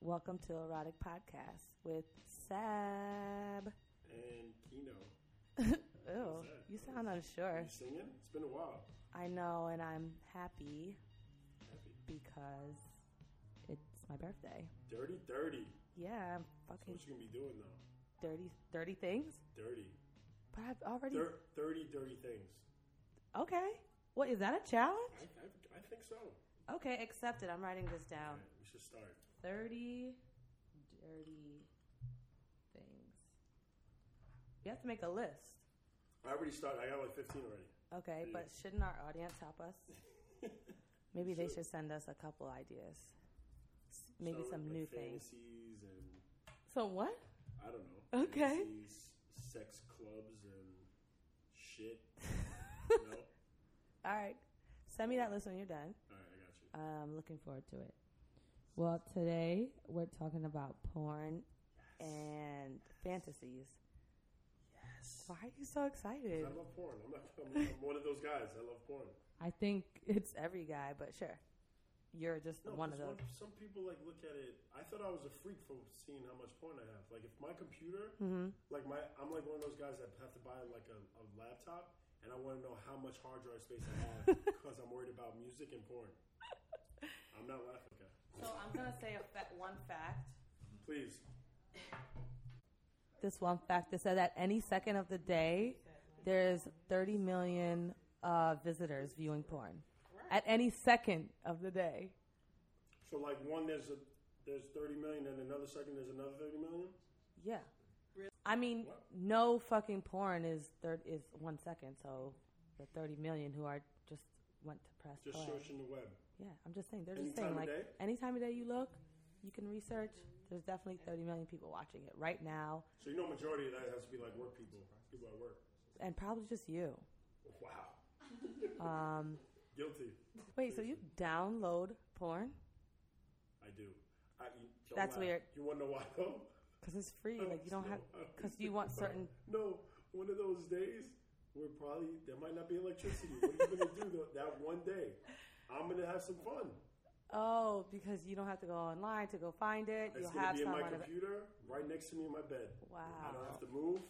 Welcome to Erotic Podcast with Sab. and Kino. Ew, that? you sound unsure. You singing? It's been a while. I know, and I'm happy Happy. because it's my birthday. Dirty, dirty. Yeah, I'm So fucking what you gonna be doing though? dirty, dirty things. Dirty. But I've already Dir- dirty, dirty things. okay. What is that a challenge? I, I, I think so. Okay, accepted. I'm writing this down. Alright, we should start. Thirty dirty things. You have to make a list. I already started. I got like 15 already. Okay, Yeah. but shouldn't our audience help us? Maybe they should send us a couple ideas. S- Maybe Started some with, new like, things. Fantasies and So what? I don't know. Okay. Fantasies, sex clubs and shit. no. All right. Send me that list when you're done. All right, I got you. I'm looking forward to it. Well, today we're talking about porn and fantasies. Yes. Why are you so excited? I love porn. I'm not. I'm, I'm one of those guys. I love porn. I think it's every guy, but sure. You're just No, one of 'cause those. some people like look at it. I thought I was a freak for seeing how much porn I have. Like if my computer, Mm-hmm. like my, I'm like one of those guys that have to buy like a, a laptop, and I want to know how much hard drive space I have because I'm worried about music and porn. I'm not laughing. Okay, So I'm going to say a fa- one fact. please. this one fact that said that any second of the day, there's 30 million uh, visitors viewing porn. At any second of the day. So like one, there's a there's 30 million, and another second there's another 30 million. Yeah. I mean, no fucking porn is thir- is one second. So the 30 million who are just went to press Just play. searching the web. Yeah, I'm just saying. They're Any just time saying of like day? any time of day you look, you can research. There's definitely 30 million people watching it right now, So you know, majority of that has to be like work people, people at work. and probably just you. Wow. um. Guilty. Wait, so you download porn? I do. I, you, don't That's laugh. weird. You want to know why though? Because it's Oh, free. Like you don't have. No, I- Because you want certain. No, one of those days we're probably there might not be electricity. What are you gonna do tho- that one day? I'm gonna have some fun. Oh, because you don't have to go online to go find it. It's You'll gonna have be in some my on it. computer, right next to me in my bed. I Wow. don't have to move.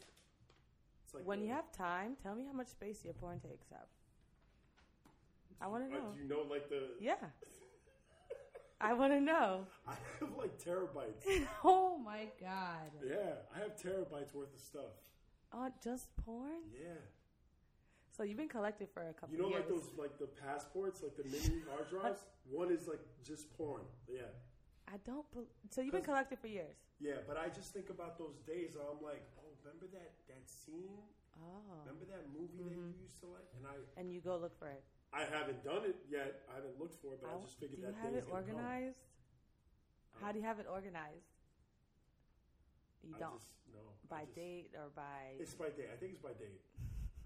It's like When you uh, have time, tell me how much space your porn takes up. I want to uh, know. do you know like the? Yeah. I want to know. I have like terabytes. Oh my god. yeah, I have terabytes worth of stuff. On just porn? Yeah. So you've been collecting for a couple You know, years. like those, like the passports, like the mini hard drives. One is like just porn. Yeah, I don't. bel so you've been collecting for years. Yeah, but I just think about those days. and I'm like, oh, remember that that scene? Oh. Mm-hmm. Remember that movie that you used to like? And I And you go look for it. I haven't done it yet. I haven't looked for it, but I, I- just figured Oh, do you that have day is it gonna come. Uh-huh. organized? How do you have it organized? You I don't. just, no. I by just- date or by It's by date. I think it's by date.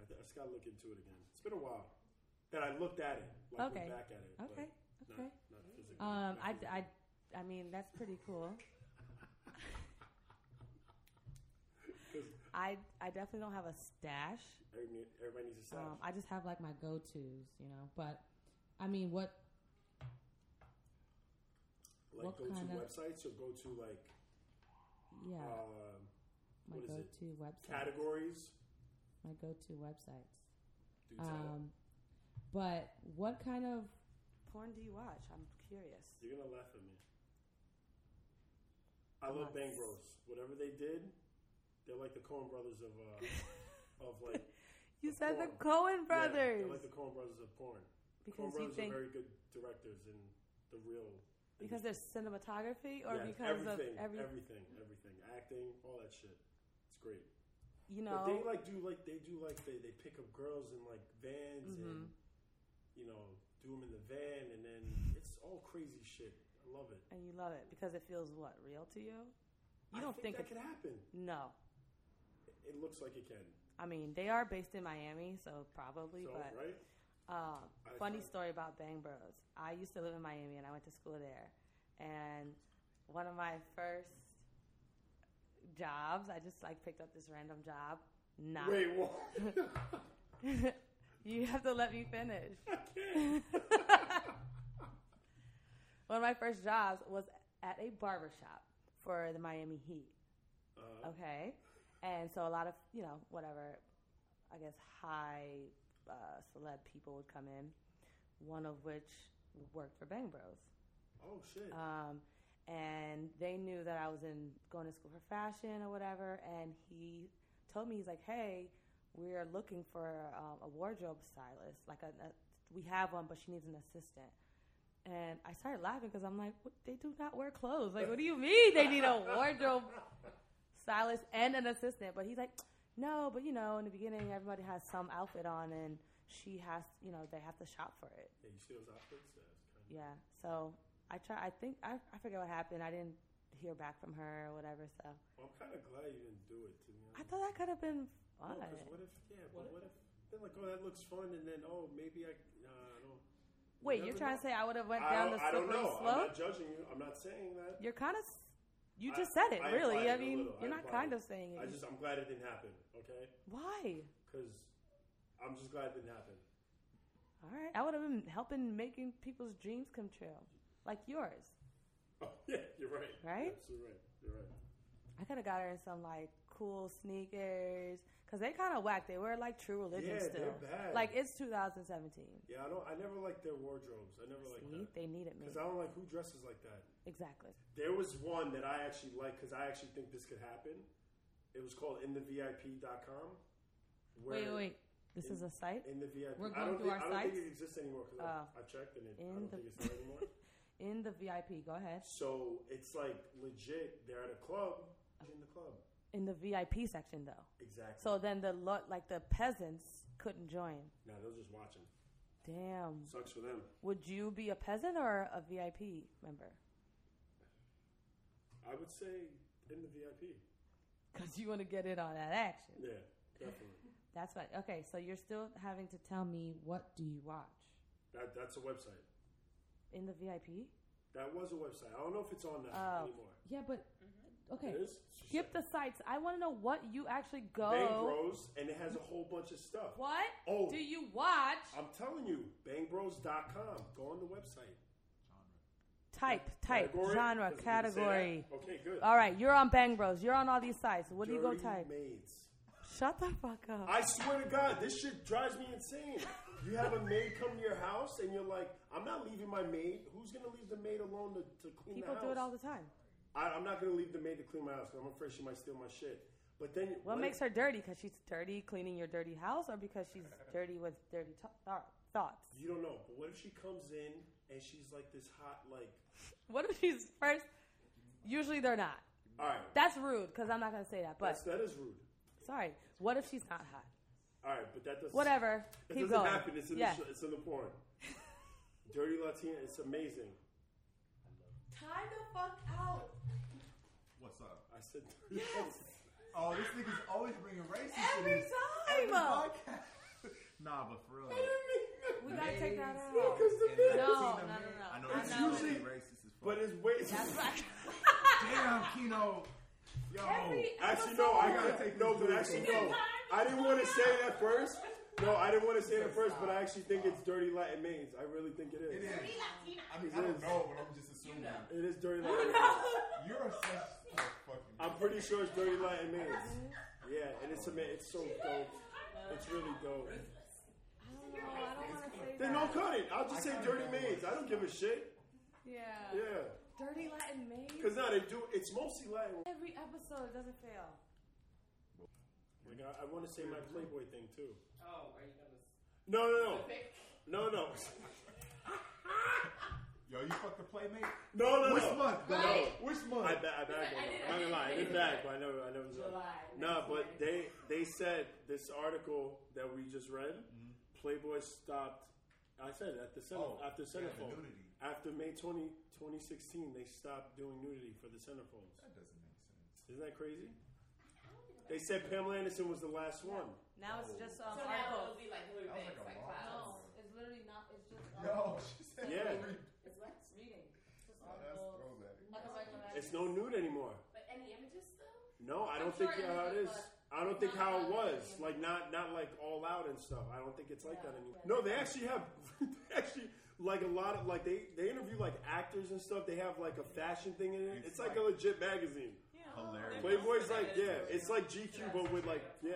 I, th- I just gotta look into it again. It's been a while that I looked at it. Like Okay. Went back at it. but Okay, Not, okay. Not physically. Um, not I, physically. I, I mean, that's pretty cool. 'Cause I, I definitely don't have a stash. everybody, everybody needs a stash. Um, I just have like my go tos, you know. But I mean, what? like what go to kinda- websites or go to like Yeah, um, my what is go it? to website. Categories. My go to websites. Do tell. Um, but what kind of porn do you watch? I'm curious. You're gonna laugh at me. I love Bang Bros. Whatever they did, they're like the Coen Brothers of uh, of like You said the yeah, Cohen brothers. they're like the Coen Brothers of porn. Because you Coen Brothers think- are very good directors in the real. because there's cinematography, or yeah, because of everything, every, everything, everything, acting, all that shit. It's great. you But they know, like do like they do like they, they pick up girls in like vans Mm-hmm. and you know do them in the van and then it's all crazy shit. I love it. and you love it because it feels what real to you. You I don't think, think, that it's could happen. no. It looks like it can. I mean, they are based in Miami, so probably. So, but right? uh, I funny thought- story about Bang Bros. I used to live in Miami, and I went to school there. And one of my first jobs, I just like picked up this random job. Not Wait, what? you have to let me finish. one of my first jobs was at a barber shop for the Miami Heat. Uh, Okay. And so a lot of, you know, whatever, I guess high uh, celeb people would come in, one of which worked for Bang Bros. oh shit. Um, and they knew that I was in going to school for fashion or whatever. And he told me, he's like, hey, we're looking for um, a wardrobe stylist. Like, a, a, we have one, but she needs an assistant. And I started laughing because I'm like, what, they do not wear clothes. Like, what do you mean they need a wardrobe stylist and an assistant? But he's like, no, but you know, in the beginning, everybody has some outfit on, and she has, you know, they have to shop for it. Hey, you see those outfits? Yeah, it's kind of, Yeah. So I try. I think I I forget what happened. I didn't hear back from her or whatever. So well, I'm kind of glad you didn't do it. To be I honest. thought that could have been fun. No, 'cause what if? Yeah, but what if? Then like, oh, that looks fun, and then oh, maybe I. Nah, I don't. you Wait, you're never trying know. to say I would have went I down the don't, I don't slippery know. I'm slope? not judging you. I'm not saying that. You're kind of. You I- just said it, I implied really. I it a mean, little. I you're not kind implied it. of saying it. I just I'm glad it didn't happen. Okay, Why? because I'm just glad it didn't happen. All right, I would have been helping making people's dreams come true, like yours. Oh yeah, you're right. You're Right? absolutely right. You're right. I could have got her in some like cool sneakers because they kind of whack. They wear like True Religion Yeah, still. they're bad. Like it's 2017. Yeah, I don't. I never liked their wardrobes. I never liked See, that they needed me because I don't like who dresses like that. exactly. There was one that I actually like because I actually think this could happen. It was called inthevip.com. Wait, where- wait, wait. This is a site? In the VIP. We're I going don't, through think, our I don't think sites? it exists anymore because Oh. I, I checked and it, I In don't the- think it's there anymore. In the VIP. Go ahead. so it's like legit. They're at a club. In the club. In the VIP section, though. Exactly. So then the lo- like the peasants couldn't join. now they're just watching. Damn. Sucks for them. Would you be a peasant or a VIP member? I would say in the VIP. Because you want to get in on that action. Yeah, definitely. That's right. Okay, so you're still having to tell me what do you watch that that's a website. in the VIP? That was a website. I don't know if it's on now Oh. anymore. Yeah, but okay. It is. Skip the sites. I want to know what you actually go. Bang Bros, and it has a whole bunch of stuff. What Oh. do you watch? I'm telling you, bangbros.com. Go on the website. Type, type, Category? genre, Does it say that? category. Okay, good. All right, you're on Bang Bros. You're on all these sites. What do you go Dirty type? Maids. Shut the fuck up. I swear to God, this shit drives me insane. You have a maid come to your house, and you're like, "I'm not leaving my maid. Who's gonna leave the maid alone to, to clean People the house? do it all the time. I, I'm not gonna leave the maid to clean my house. 'cause I'm afraid she might steal my shit. But then, What makes her dirty? Because she's dirty cleaning your dirty house, or because she's dirty with dirty to- thought- thoughts? You don't know. But what if she comes in and she's like this hot, like, What if she's first? Usually they're not. all right, That's rude because I'm not gonna say that. But that's that is rude. sorry. What if she's not hot? All right, but that doesn't Whatever. It Keep doesn't going. happen. It's in yeah. the the it's in the porn. Dirty Latina. It's amazing. Time the fuck out. What's up? I said. Dirty Yes. Oh, this nigga's always bringing racist Every in his- time. every podcast. nah, but for real. We gotta take that out. Ladies Because the and man- No, no, Latina no, men- no. I know I it's know usually it. racist as fuck. But it's way. That's right. Oh, damn, Kino. Yo, Every Actually, no, I gotta take no, but this actually, dude. no. I didn't want to say that first. No, I didn't want to say that first, but I actually think it's Dirty Latin Mains. I really think it it is. is. I mean, It I don't is. know, but I'm just assuming. It is Oh, Dirty Latin Mains. You're a sexist fucking. I'm pretty sure it's Dirty Latin Mains. Yeah, and it's a man. It's so dope. It's really dope. No, I don't want to say Then that. don't cut it. I'll just say Dirty Mains. I don't give a shit. Yeah. Yeah, Dirty Latin maid. because now they do. It's mostly Latin. Every episode it doesn't fail. Like I, I want to say my Playboy thing too. Oh, are you gonna No, no, pick? no, no, no, Yo, you fucked the playmate? no, no. Which no. month? No. No. Which month? I, ba- I bagged one. I'm not gonna lie, I did bag, but I never, I never saw. July. No, but they they said this article that we just read, Playboy stopped. I said at the Oh, centerfold after yeah, the centerfold nudity. after May 20, 2016, they stopped doing nudity for the centerfolds. That doesn't make sense. Isn't that crazy? They said Pamela Anderson was the last one. Now Oh. it's just um, So now it'll articles. be like Hillary That was Banks, like a like lot. clouds. It's literally not. It's just Yo, she said Yeah. every- It's what? Reading. Just Oh, that's articles. throwback. Like a regular- It's no nude anymore. But any images though? No, I don't I'm sure think it how it is, is. but I don't think not how it how it was. is. Like not not like all out and stuff. I don't think it's like Yeah, that anymore. yeah. No, they actually have. they actually like a lot of like they they interview like actors and stuff. They have like a fashion thing in it. It's It's like like- a legit magazine. Hilarious. Playboy's like yeah, it's like GQ but with like yeah,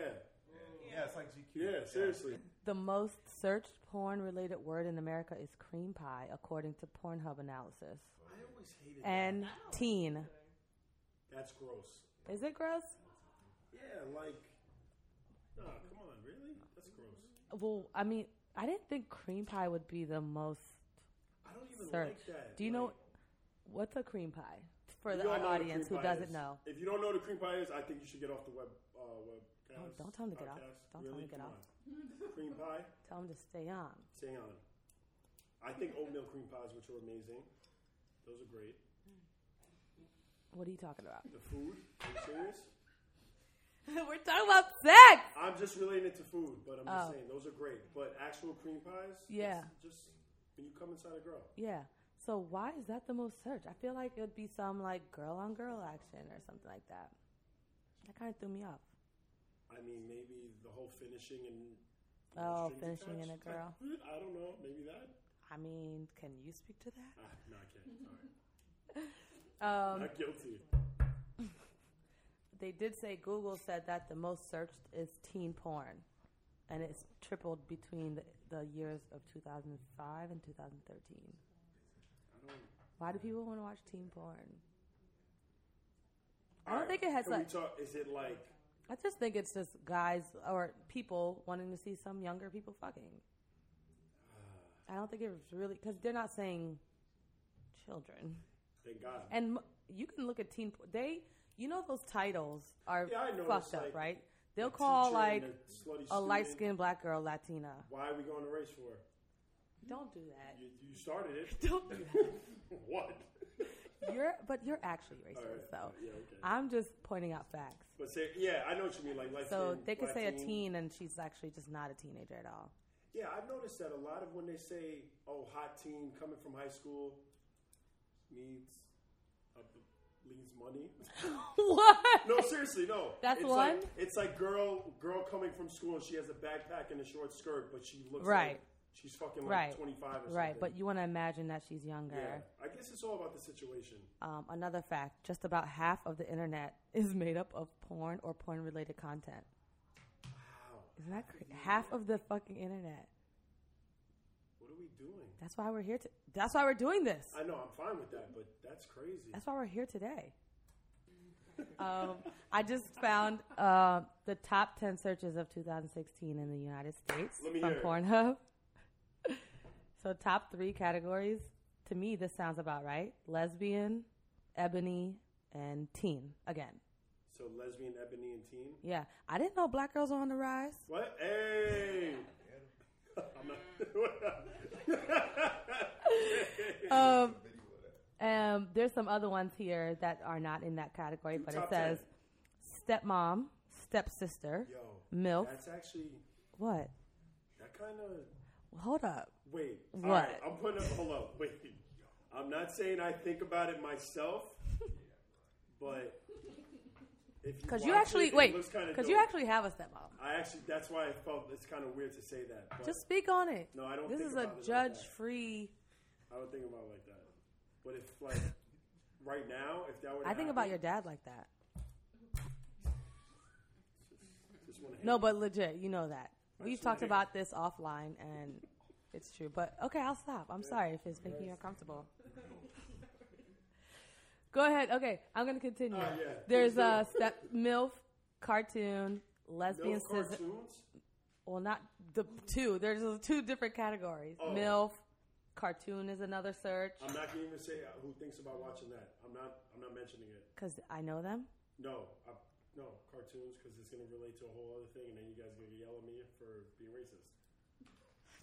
Yeah, it's like GQ. yeah. Seriously, The most searched porn related word in America is cream pie, according to Pornhub analysis. I always hated And teen. that. That's gross. Is it gross? Yeah, like, nah, come on, really? That's gross. Well, I mean, I didn't think cream pie would be the most I don't even searched. like that. Do you know Like, what's a cream pie? For you the, all our know what a audience cream who pie doesn't is. know. If you don't know what a cream pie is, I think you should get off the web. Uh, web don't tell 'em to get off. Don't tell 'em to get off. cream pie, Tell them to stay on. stay on. I think oatmeal cream pies, which are amazing. Those are great. What are you talking about? The food. Are you serious? We're talking about sex. I'm just relating it to food, but I'm just Oh. saying those are great. But actual cream pies, it's Yeah. just when you come inside a girl. Yeah. So why is that the most searched? I feel like it would be some like girl on girl action or something like that. That kind of threw me off. I mean, maybe the whole finishing and no Oh, strings finishing in a attached. girl. I don't know. Maybe that. I mean, can you speak to that? Ah, no, I can't. Sorry. Um, Not guilty. they did say Google said that the most searched is teen porn, and it's tripled between the, the years of 2005 and 2013. I don't. Why do people want to watch teen porn? I don't think it has Can we like- talk, is it like? I just think it's just guys or people wanting to see some younger people fucking. I don't think it's really because they're not saying children, Thank God. and m- you can look at teen. porn. They, you know, those titles are Yeah, I know, fucked it's up, like right? They'll The call teacher and like the slutty a student. light skinned black girl Latina. Why are we going to race for? it? Don't do that. You, you started it. Don't do that. what? You're, but you're actually All racist, right. though. Yeah. Okay. I'm just pointing out facts. but say, yeah, I know what you mean. Like, like So they could say a teen, and she's actually just not a teenager at all. Yeah, I've noticed that a lot of when they say, "Oh, hot teen coming from high school," means uh, means money. what? No, seriously, no. That's it's one? Like, it's like girl, girl coming from school and she has a backpack and a short skirt, but she looks Right. like she's fucking like Right. 25 or something. Right, but you want to imagine that she's younger. yeah, I guess it's all about the situation. Um, another fact: just about half of the internet is made up of porn or porn-related content. Wow, Isn't that crazy? Half of the fucking internet. what are we doing? That's why we're here to. That's why we're doing this. I know I'm fine with that, but that's crazy. That's why we're here today. Um, I just found uh, the top 10 searches of 2016 in the United States Let me from hear it. Pornhub. so, top three categories. To me, this sounds about right lesbian, ebony, and teen. Again. so lesbian, ebony, and teen. Yeah. I didn't know black girls were on the rise. What? Hey. I'm not. Um, Video of that. um, there's some other ones here that are not in that category, but it top says stepmom, stepsister, Yo, MILF. that's actually What? that kind of. Hold up. Wait. What? All right, I'm putting up. Hold up. Wait. I'm not saying I think about it myself, but if you Because you watch actually it, it wait. looks kinda Because you dope. actually have a stepmom. I actually. That's why I felt it's kind of weird to say that. But Just speak on it. No, I don't This think is a about it like that. judge-free. I don't think about it like that. But if like right now, if that were, to I think happen, about your dad like that. Just wanna No, hang- but legit, you know that. We've just talked wanna about this offline, and it's true. But okay, I'll stop. I'm sorry if it's making you uncomfortable. Go ahead. Okay, I'm gonna continue. Oh, yeah. There's Please a do. step milf cartoon lesbian milf scissor. cartoons. Well, not the two. There's two different categories. Oh. Milf cartoon is another search I'm not gonna even say who thinks about watching that. I'm not. I'm not mentioning it. because I know them. No, I, no cartoons because it's gonna relate to a whole other thing, and then you guys are gonna yell at me for being racist.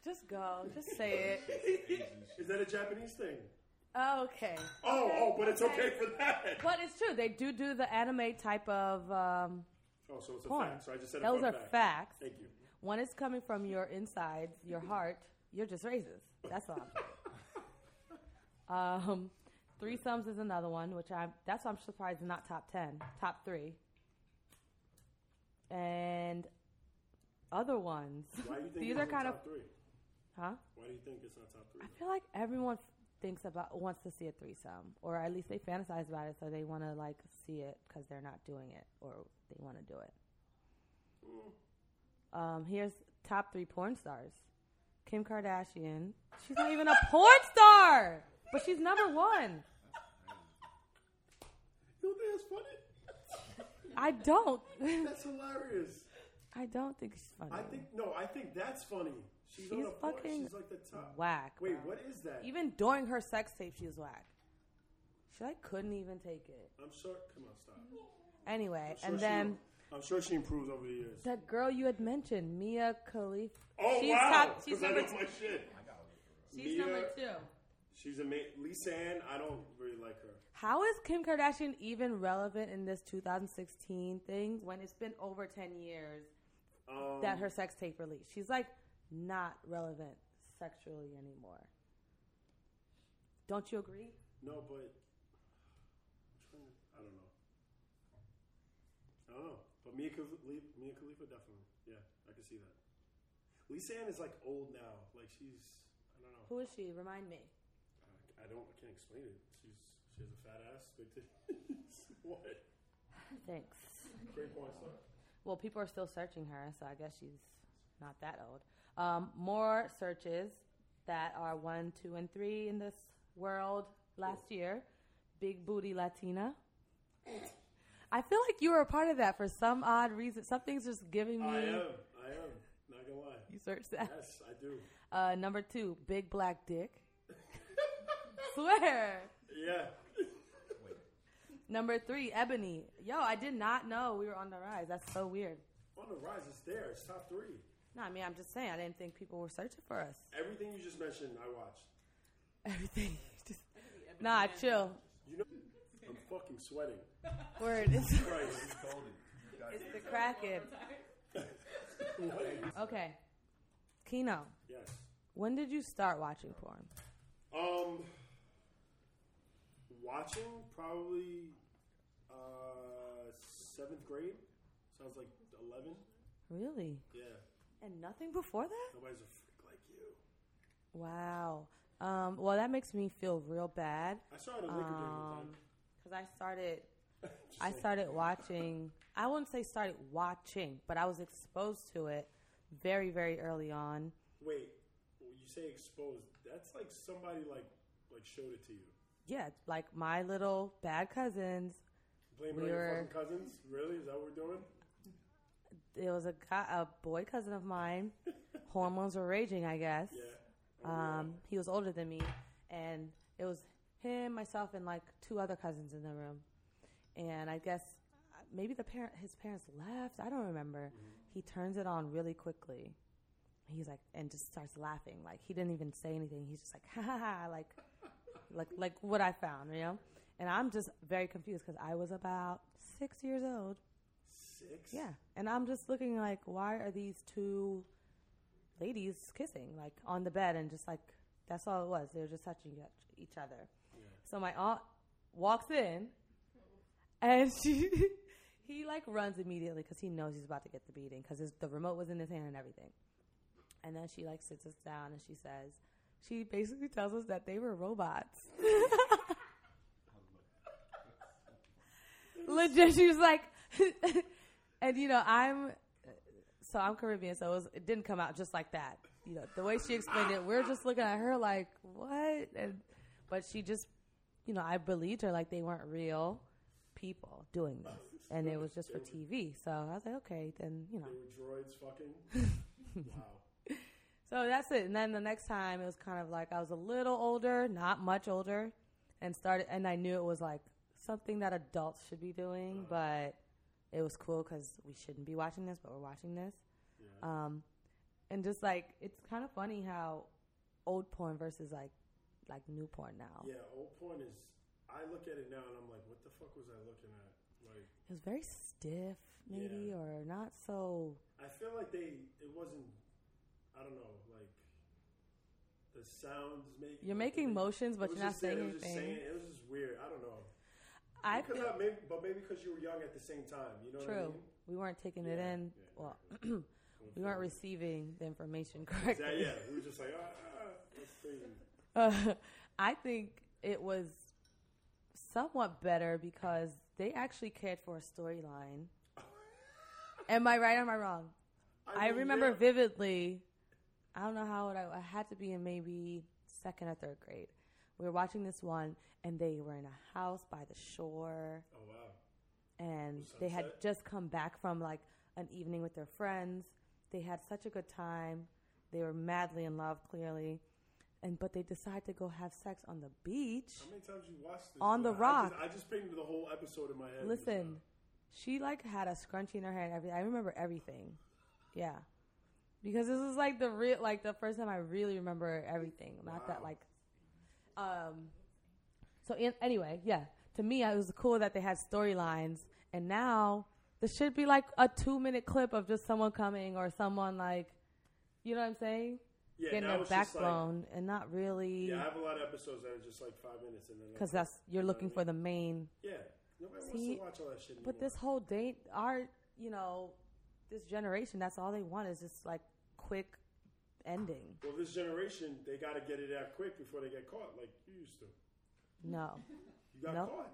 Just go. Just say it. Is that a Japanese thing? Okay. Oh, Okay, oh, but it's okay for that. But it's true. They do do the anime type of um, Oh, so it's a porn. fact. So I just said Those a fun are fact. facts. Thank you. One is coming from your insides, your heart. You're just racist. That's all. I'm saying. um, threesomes is another one, which I'm. That's why I'm surprised it's not top ten, top three. And other ones. Why do you think These it's are in kind of top three? Huh? Why do you think it's not top three? I feel like everyone thinks about wants to see a threesome, or at least they fantasize about it, so they want to like see it because they're not doing it, or they want to do it. Mm. Um, here's top three porn stars: Kim Kardashian. She's not even a porn star, but she's number one. You don't think that's funny? I don't. That's hilarious. I don't think she's funny. I think no. I think that's funny. She's, on She's a porn. fucking She's like the top. whack. Wait, bro. what is that? Even during her sex tape, she was whack. She like couldn't even take it. I'm sure. Come on, stop. Anyway, I'm sure and she- then. I'm sure she improves over the years. That girl you had mentioned, Mia Khalif. Oh she's wow! top. 'Cause She's I number. know Two. my shit. She's Mia- number two. She's amazing. Lisa Ann. I don't really like her. How is Kim Kardashian even relevant in this 2016 thing when it's been over 10 years Um, that her sex tape released? She's like not relevant sexually anymore. Don't you agree? No, but I'm trying to- I don't know. I don't know. But Mia Khalifa, Mia Khalifa definitely. Yeah, I can see that. Lisa Ann is like old now. Like she's. I don't know. Who is she? Remind me. I- I don't. I can't explain it. She's. She has a fat ass. Big titties. what? Thanks. Great point, sir. Well, people are still searching her, so I guess she's not that old. Um, more searches that are one, two, and three in this world last year. Big booty Latina. I feel like you were a part of that for some odd reason. Something's just giving me. I am. I am. Not gonna lie. You searched that. Yes, I do. Uh, number two, big black dick. Swear. Yeah. Number three, ebony. Yo, I did not know we were on the rise. That's so weird. On the rise, it's there. It's top three. No, I mean, I'm just saying, I didn't think people were searching for us. Everything you just mentioned, I watched. everything. Just, nah, chill. You know, I'm fucking sweating. Word. It's, Christ. it's the kraken. Okay, Kino, Yes. when did you start watching porn? Um, watching probably uh seventh grade. So I was like eleven. Really? Yeah. And nothing before that? Nobody's a freak like you. Wow. Um, well, that makes me feel real bad I started liquor during the Um, time. because I started. Just I saying. started watching. I wouldn't say started watching, but I was exposed to it very, very early on. Wait, when you say exposed? That's like somebody like like showed it to you. Yeah, it's like my little bad cousins Blame it We on your were- fucking cousins? Really? Is that what we're doing? it was a guy, a boy cousin of mine. Hormones were raging, I guess. Yeah. Oh, yeah. Um, he was older than me, and it was him, myself, and like two other cousins in the room. And I guess uh, maybe the parent, his parents left. I don't remember. He turns it on really quickly. He's like, and just starts laughing. Like he didn't even say anything. He's just like, ha ha, ha like, like, like what I found, you know. And I'm just very confused because I was about six years old. Six. Yeah. And I'm just looking like, why are these two ladies kissing, like on the bed? And just like, that's all it was. They were just touching each- each other. So my aunt walks in and she, he like runs immediately because he knows he's about to get the beating because the remote was in his hand and everything. And then she like sits us down and she says, she basically tells us that they were robots. Legit, she was like, and you know, I'm so I'm Caribbean, so it, was, it didn't come out just like that. You know, the way she explained it, we're just looking at her like, what? And but she just, you know, I believed her like they weren't real people doing this, and it was just for TV. So I was like, okay, then you know. They were droids fucking. wow. So that's it. And then the next time it was kind of like I was a little older, not much older, and started and I knew it was like something that adults should be doing, but it was cool cuz we shouldn't be watching this, but we're watching this. Yeah. Um and just like it's kind of funny how old porn versus like like new porn now. Yeah, old porn is. I look at it now and I'm like, what the fuck was I looking at? Like, It was very stiff maybe Yeah. or not so I feel like they. It wasn't. I don't know. Like, the sounds make. you're like, making the- motions it but was you're not just it, saying it was just anything. saying- it was just weird. I don't know. I Because feel- I, maybe, but maybe because you were young at the same time. You know True. what I mean? We weren't taking it Yeah, in. yeah, Well, We weren't receiving the information Yeah, correctly. yeah. We were just like, ah, that's crazy. Uh, I think it was somewhat better because they actually cared for a storyline. Am I right or am I wrong? I mean, remember yeah. vividly. I don't know how old I, I had to be in maybe second or third grade. We were watching this one, and they were in a house by the shore, Oh wow. and Was they had sunset? just come back from like an evening with their friends. They had such a good time. They were madly in love, clearly, and but they decided to go have sex on the beach. How many times you watched this? On bro? the I just- Rock. I just, painted the whole episode in my head. Listen, she like had a scrunchie in her hand. Everything I remember everything. Yeah, because this is like the real, like the first time I really remember everything. Not that Wow. like, um. So in, anyway, yeah. To me, it was cool that they had storylines, and now there should be like a two-minute clip of just someone coming or someone like, you know what I'm saying, yeah, getting now their it's back just like- blown, and not really yeah, I have a lot of episodes that are just like five minutes, and then because it. that's you're You know what looking I for the main Yeah, nobody See, wants to watch all that shit. But this whole date, our, you know, this generation, that's all they want is just like quick ending. Well, this generation, they got to get it out quick before they get caught, like you used to. No. You got Nope. caught.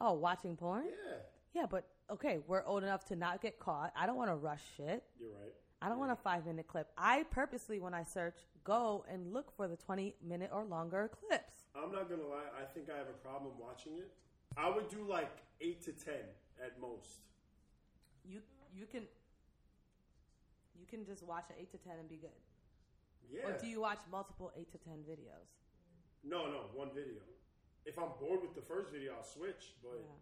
Oh, watching porn? Yeah, Yeah, but okay, we're old enough to not get caught. I don't want to rush shit. you're right. I don't want a five minute clip. I purposely, when I search, go and look for the 20 minute or longer clips. I'm not gonna lie. I think I have a problem watching it. I would do like eight to ten at most. You, you can. You can just watch an eight to ten and be good. Yeah. Or do you watch multiple eight to ten videos? no, no, one video. If I'm bored with the first video, I'll switch. But Yeah.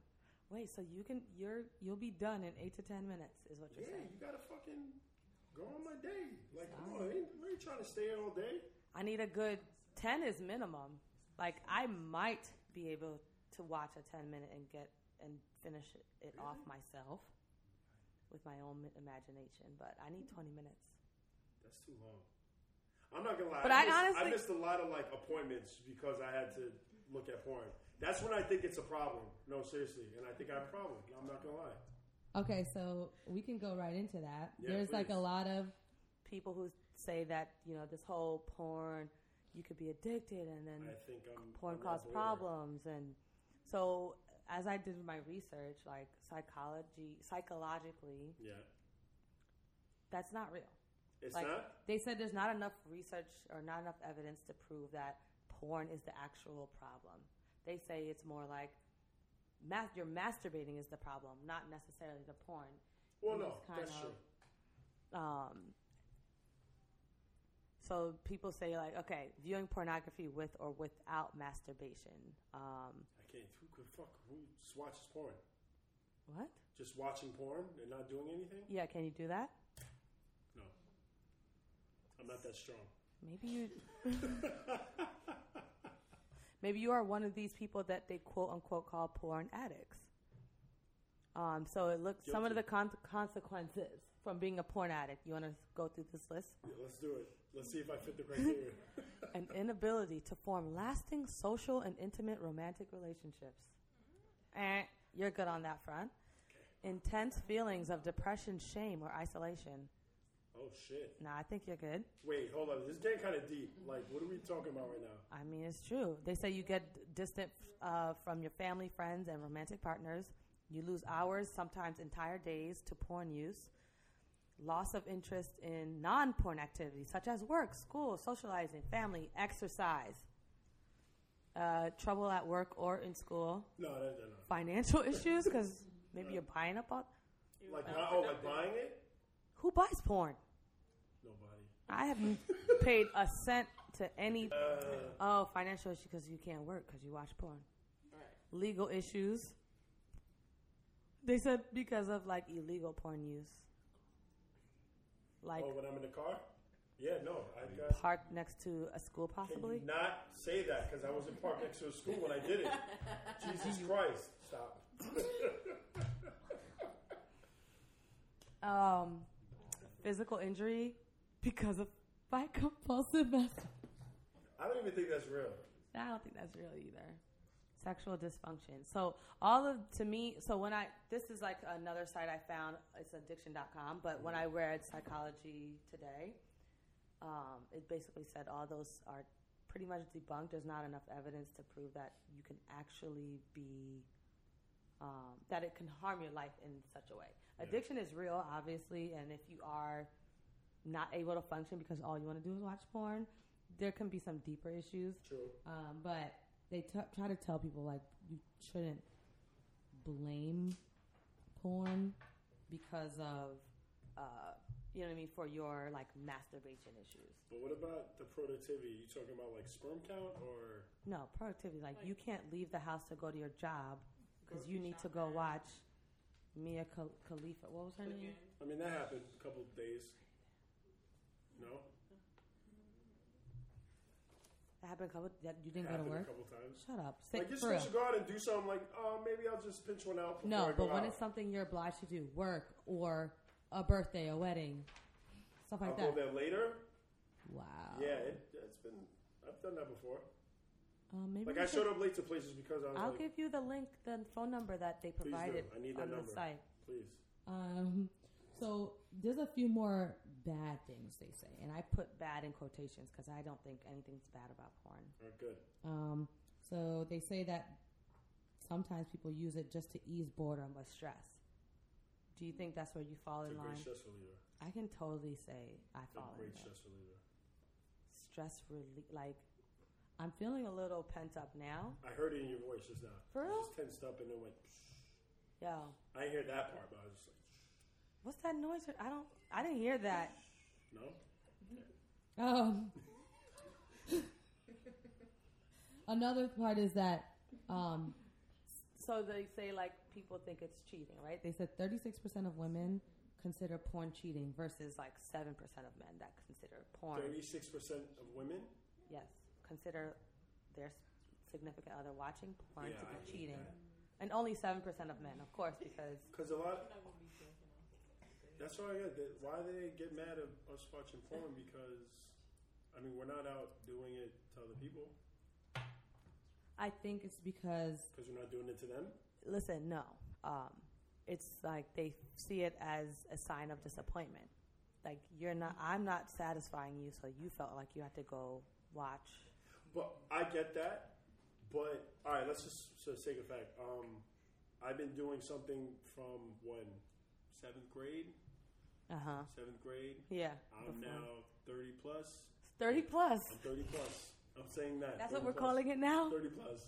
Wait, so you can you're you'll be done in eight to ten minutes, is what yeah, you're saying? you gotta fucking go on my day. Like, come on, ain't, we ain't trying to stay here all day. I need a good 10 is minimum. Like, I might be able to watch a 10 minute and get and finish it, it off myself with my own mi- imagination, but I need 20 minutes. That's too long. I'm not gonna lie. But I missed, honestly- I missed a lot of like appointments because I had to look at porn. That's when I think it's a problem. No, seriously, and I think I have a problem. I'm not gonna lie. Okay, so we can go right into that. Yeah, There's like a please. lot of People who say that, you know, this whole porn, you could be addicted and then I think I'm porn I'm not causes bored. problems. And so, as I did my research, like psychology, psychologically, Yeah, that's not real. it's like not. they said there's not enough research or not enough evidence to prove that porn is the actual problem they say it's more like mas- you're masturbating is the problem not necessarily the porn Well, it no, was kind that's of- true. um, so people say like okay viewing pornography with or without masturbation um, I can't. Who could fuck? Who just watches porn? what Just watching porn and not doing anything? yeah can you do that No, I'm not that strong. maybe you maybe you are one of these people that they quote unquote call porn addicts um, so it looks some of Guilty. the con- consequences from being a porn addict you want to go through this list Yeah, let's do it. Let's see if I fit the criteria. an inability to form lasting social and intimate romantic relationships eh, you're good on that front intense feelings of depression shame or isolation oh shit! no i think you're good Wait, hold on. This is getting kind of deep. Like, what are we talking about right now? I mean, it's true. They say you get distant uh, from your family, friends, and romantic partners. You lose hours, sometimes entire days, to porn use. Loss of interest in non porn activities such as work, school, socializing, family, exercise. Uh, trouble at work or in school. No, no, no, no. Financial issues because maybe you're buying up on. Like, buy, oh, like buying it? Who buys porn? Nobody. I haven't paid a cent to any. oh, financial issue because you can't work because you watch porn. Legal issues. They said because of like illegal porn use, like oh, when I'm in the car? Yeah, no. I got. parked next to a school, Can possibly. you not say that because I wasn't parked next to a school when I did it. Jesus Christ! Stop. Um, physical injury because of by compulsive. mas- I don't even think that's real. I don't think that's real either. sexual dysfunction. So all of to me, so when I this is like another site I found. It's addiction.com, but when I read Psychology Today, um, it basically said all those are pretty much debunked. There's not enough evidence to prove that you can actually be um, that it can harm your life in such a way. Yeah. Addiction is real, obviously, and if you are not able to function because all you want to do is watch porn, there can be some deeper issues. True. Um, but they t- try to tell people like you shouldn't blame porn. because of uh, you know what I mean for your like masturbation issues. But what about the productivity? You talking about like sperm count or No, productivity like, you can't leave the house to go to your job because you Grocery need to go shopping. watch Mia Khal- Khalifa. What was her name? Cooking. I mean that happened a couple of days. No? That happened a couple. That you didn't go happened to work. a couple times. Shut up. Say, Like you're for real. supposed to go out and do something like, oh maybe I'll just pinch one out before No, I go but when out. it's something you're obliged to do, work or a birthday, a wedding, stuff I'll like go that. there later. Wow. Uh, Oh. Yeah, it, it's been I've done that before. Um, maybe Like we I should- showed up late to places because I was I'll like, give you the link, the phone number that they do. provided I need that on the number. site. please. Um, so there's a few more bad things they say, And I put bad in quotations because I don't think anything's bad about porn. All right, good. Um, so they say that sometimes people use it just to ease boredom or stress. Do you think that's where you fall It's a in great line? stress reliever. I can totally say I It's fall in a great there. stress reliever. stress relief. Like, I'm feeling a little pent up now. I heard it in your voice just now. For I real? Just tensed up and then went. Yo, I didn't hear that part, but I was just like, what's that noise? I don't. I didn't hear that. no. Um, another part is that um, So they say like people think it's cheating, right? they said 36% of women consider porn cheating versus Versus like seven percent of men that consider porn. Thirty-six percent of women. Yes, consider their s- significant other watching porn Yeah, to I hate be cheating, that. and only seven percent of men, of course, because Because a lot. I won't be joking. That's why I get. that- Why they get mad at us watching porn? Because, I mean, we're not out doing it to other people. i think it's because Because we're not doing it to them. listen, no, um, it's like they see it as a sign of disappointment. Like you're not, I'm not satisfying you, so you felt like you had to go watch But I get that. But all right, let's just so sake of fact. Um, I've been doing something from when seventh grade. Uh huh. Seventh grade. Yeah. before. I'm now thirty plus. Thirty plus. I'm thirty plus. I'm saying that. That's 30 what we're plus. calling it now. Thirty plus.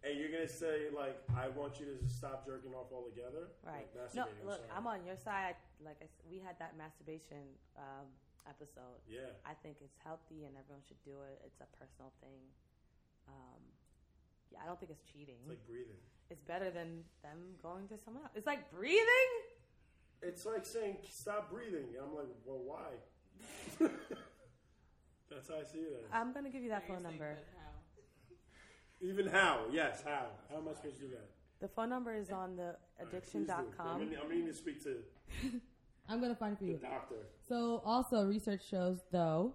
And you're gonna say like, I want you to stop jerking off altogether. Right. Like, No, masturbating, look, sorry. I'm on your side. Like I s- we had that masturbation um, episode. Yeah. I think it's healthy and everyone should do it. It's a personal thing. Um, yeah, I don't think it's cheating. It's like breathing. it's better than them going to someone else. It's like breathing. It's like saying stop breathing, and I'm like, well, why? That's how I see it. I'm gonna give you that phone Seriously, number. but how? Even how? Yes, how? How am I supposed to do that? The phone number is on the Please do. I'm addiction.com. gonna, I'm gonna need to speak to i'm gonna find it for the you doctor. so also research shows though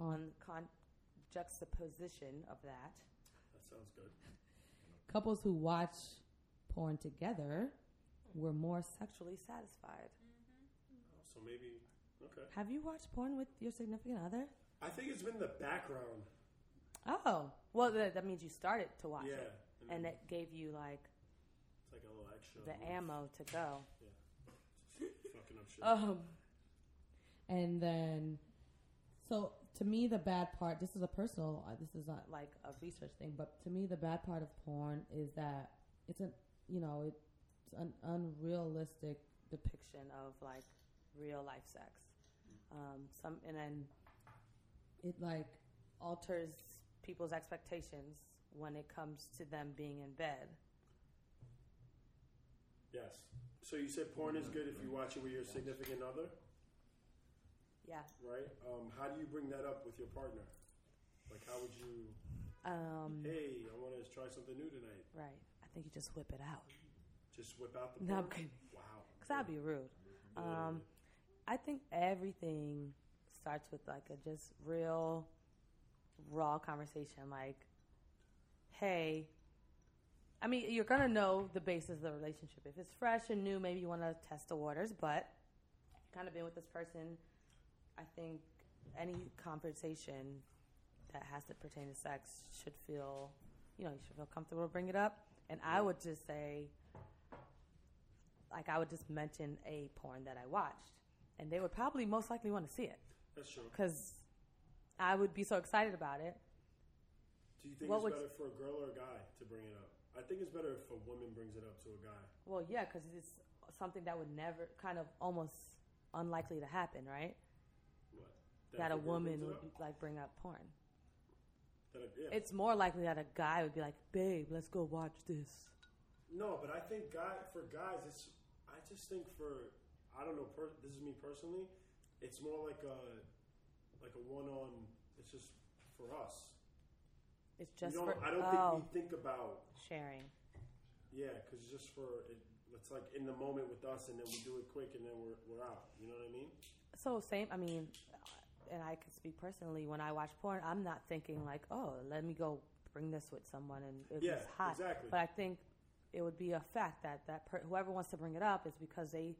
On con- juxtaposition of that, That sounds good. couples who watch porn together were more sex sexually satisfied. Oh, So maybe, okay. have you watched porn with your significant other I think it's been the background. Oh, well, that, that means you started to watch Yeah. it, and it gave you like It's like a little extra. the oomph. ammo to go. Fucking up shit. Oh. Um, and then, so to me, the bad part. This is a personal. Uh, this is not like a research thing, but to me, the bad part of porn is that it's an you know it's an unrealistic. Depiction of like real life sex. Um, some and then It like alters people's expectations when it comes to them being in bed. Yes. So you said porn is good if you watch it with your significant other, Yeah. right? Um, how do you bring that up with your partner? Like, how would you? Um, Hey, I want to try something new tonight. Right. I think you just whip it out. Just whip out the. No, I'm porn? kidding. Wow. Cause that'd be rude. Um, I think everything starts with like a just real, raw conversation. Like, hey, I mean, you're gonna know the basis of the relationship. If it's fresh and new, maybe you want to test the waters. But kind of been with this person, I think any conversation that has to pertain to sex should feel, you know, you should feel comfortable to bring it up. And I would just say, like, I would just mention a porn that I watched, and they would probably most likely want to see it That's true. because I would be so excited about it. Do you think What it's would- better for a girl or a guy to bring it up? I think it's better if a woman brings it up to a guy. Well, yeah, because it's something that would never, kind of almost unlikely to happen, right? What? That, a if girl brings woman it would up? like bring up porn. That a- yeah. It's more likely that a guy would be like, "Babe, let's go watch this." No, but I think guy for guys, it's. I just think for I don't know. Per, this is me personally. It's more like a like a one on. It's just for us. It's You just don't- for I don't oh, think we think about sharing. yeah, because just for it, it's like in the moment with us, and then we do it quick, and then we're we're out. You know what I mean? So same. I mean, and I can speak personally. When I watch porn, I'm not thinking like, "Oh, let me go bring this with someone and it Yeah, was hot." exactly. But I think it would be a fact that that per- whoever wants to bring it up is because they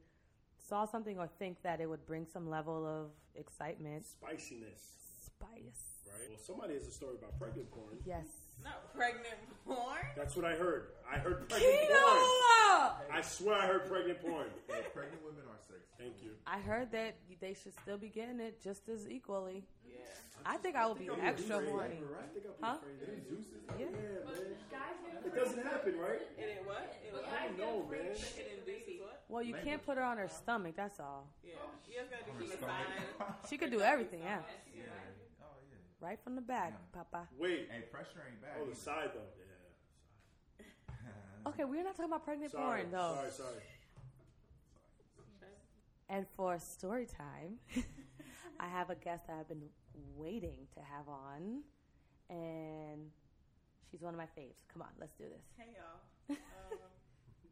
saw something or think that it would bring some level of excitement, Spiciness, spice. right? Well, somebody has a story about pregnant porn. Yes. Not pregnant porn. That's what I heard. I heard pregnant porn. I swear I heard pregnant porn. Hey, pregnant women are sexy. Thank you. I heard that they should still be getting it just as equally. Yeah. I think I would be I'll extra afraid. horny. I think Huh? I'll be afraid. Them juices. Yeah. man. Guys get It doesn't happen, right? It ain't what? It But was guys don't get know, free man. chicken and baby. what? Well, you can't put her on her stomach. That's all. Yeah. You guys gotta do Her keep stomach. sign. She could do everything, yeah. yeah. Oh yeah. Right from the back, Papa. Wait. Hey, pressure ain't bad. Oh, the either. side though. Yeah. Okay, we're not talking about pregnant Sorry. porn though. Sorry. Sorry. And for story time, I have a guest that I've been waiting to have on, and she's one of my faves. Come on, let's do this. Hey y'all. Um,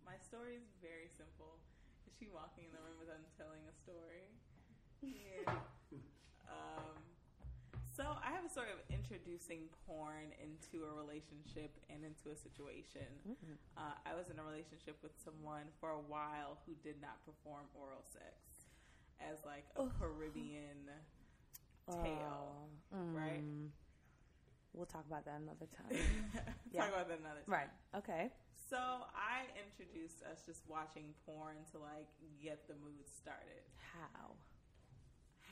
my story is very simple. Is she walking in the room without telling a story? Yeah. um, so I have a story of introducing porn into a relationship and into a situation. Uh, I was in a relationship with someone for a while who did not perform oral sex as like a Caribbean tale, Oh, mm, right? We'll talk about that another time. Yeah. Talk about that another time. right. Okay. So I introduced us just watching porn to like get the mood started. How?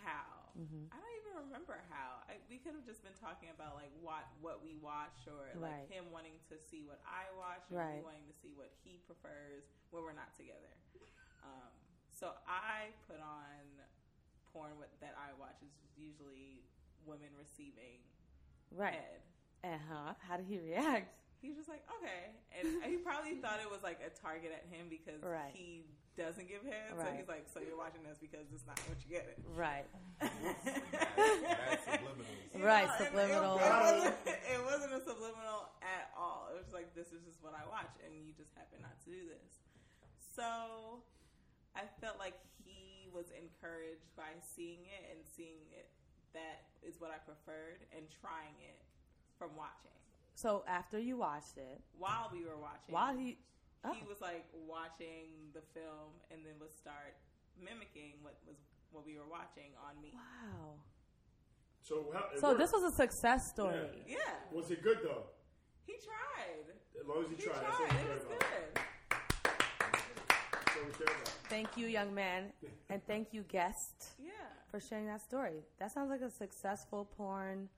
How? Mm-hmm. I don't even remember how. I, we could have just been talking about like what what we watch or like Right. him wanting to see what I watch and Right. me wanting to see what he prefers when we're not together. Um, so I put on porn with, that I watch is usually women receiving Right. head. Uh huh. How did he react? He was just like, okay. And he probably thought it was like a target at him because Right. he doesn't give head. So Right. he's like, so you're watching this because it's not what you get it. Right. That's subliminal. Right, and subliminal. It, wasn't, it wasn't a subliminal at all. It was like, this is just what I watch, and you just happen not to do this. So I felt like he was encouraged by seeing it and seeing it that is what I preferred and trying it from watching So after you watched it, while we were watching. while he, oh, he was like watching the film and then would start mimicking what was what we were watching on me. wow. So how? it So worked. this was a success story. Yeah, Was it good though? he tried. As long as you He try. That's all tried. we It care was about. good. That's all we care about. Thank you, young man, and thank you, guest, Yeah. for sharing that story. That sounds like a successful porn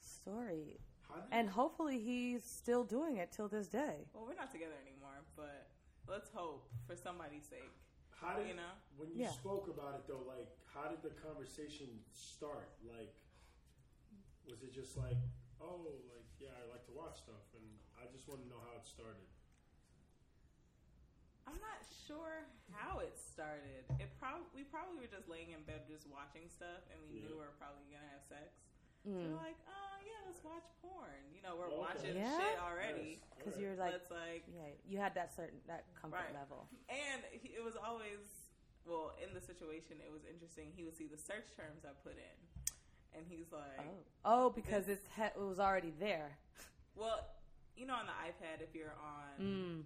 story, How did- and hopefully he's still doing it till this day. Well, we're not together anymore, but let's hope for somebody's sake. How did you know? when you Yeah. spoke about it though? Like, how did the conversation start? Like, was it just like, oh, like yeah, I like to watch stuff, and I just want to know how it started. I'm not sure how it started. It probably we probably were just laying in bed just watching stuff, and we knew we were probably gonna have sex. Hmm. So we're like, oh yeah, let's watch porn. You know, we're Oh, Okay. watching Yeah? shit already. Yes. Because Alright. you're like, let's like yeah, you had that certain that comfort Right. level. And he, it was always, well, in the situation, it was interesting. He would see the search terms I put in. And he's like, Oh, oh, because it's he- it was already there. well, you know, on the iPad, if you're on Mm.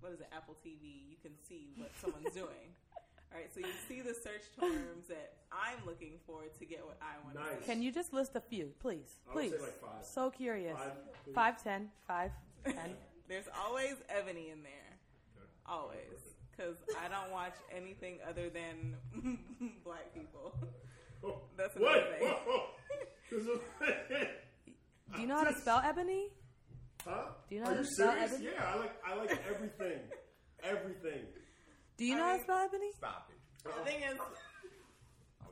what is it, Apple TV, you can see what someone's doing. All right, so you see the search terms that I'm looking for to get what I want. Nice. Can you just list a few, please? I would Please. say like five. So curious. Five, please. Five, ten, five, ten. There's always Ebony in there, Okay. always, because I don't watch anything other than black people. Oh, That's what? another thing. Whoa, whoa. This is- Do you know how to spell ebony? huh? Do you know Are how you to spell serious? ebony? Yeah, I like I like everything, everything. Do you know I how to mean- spell ebony? Stop it. The thing is,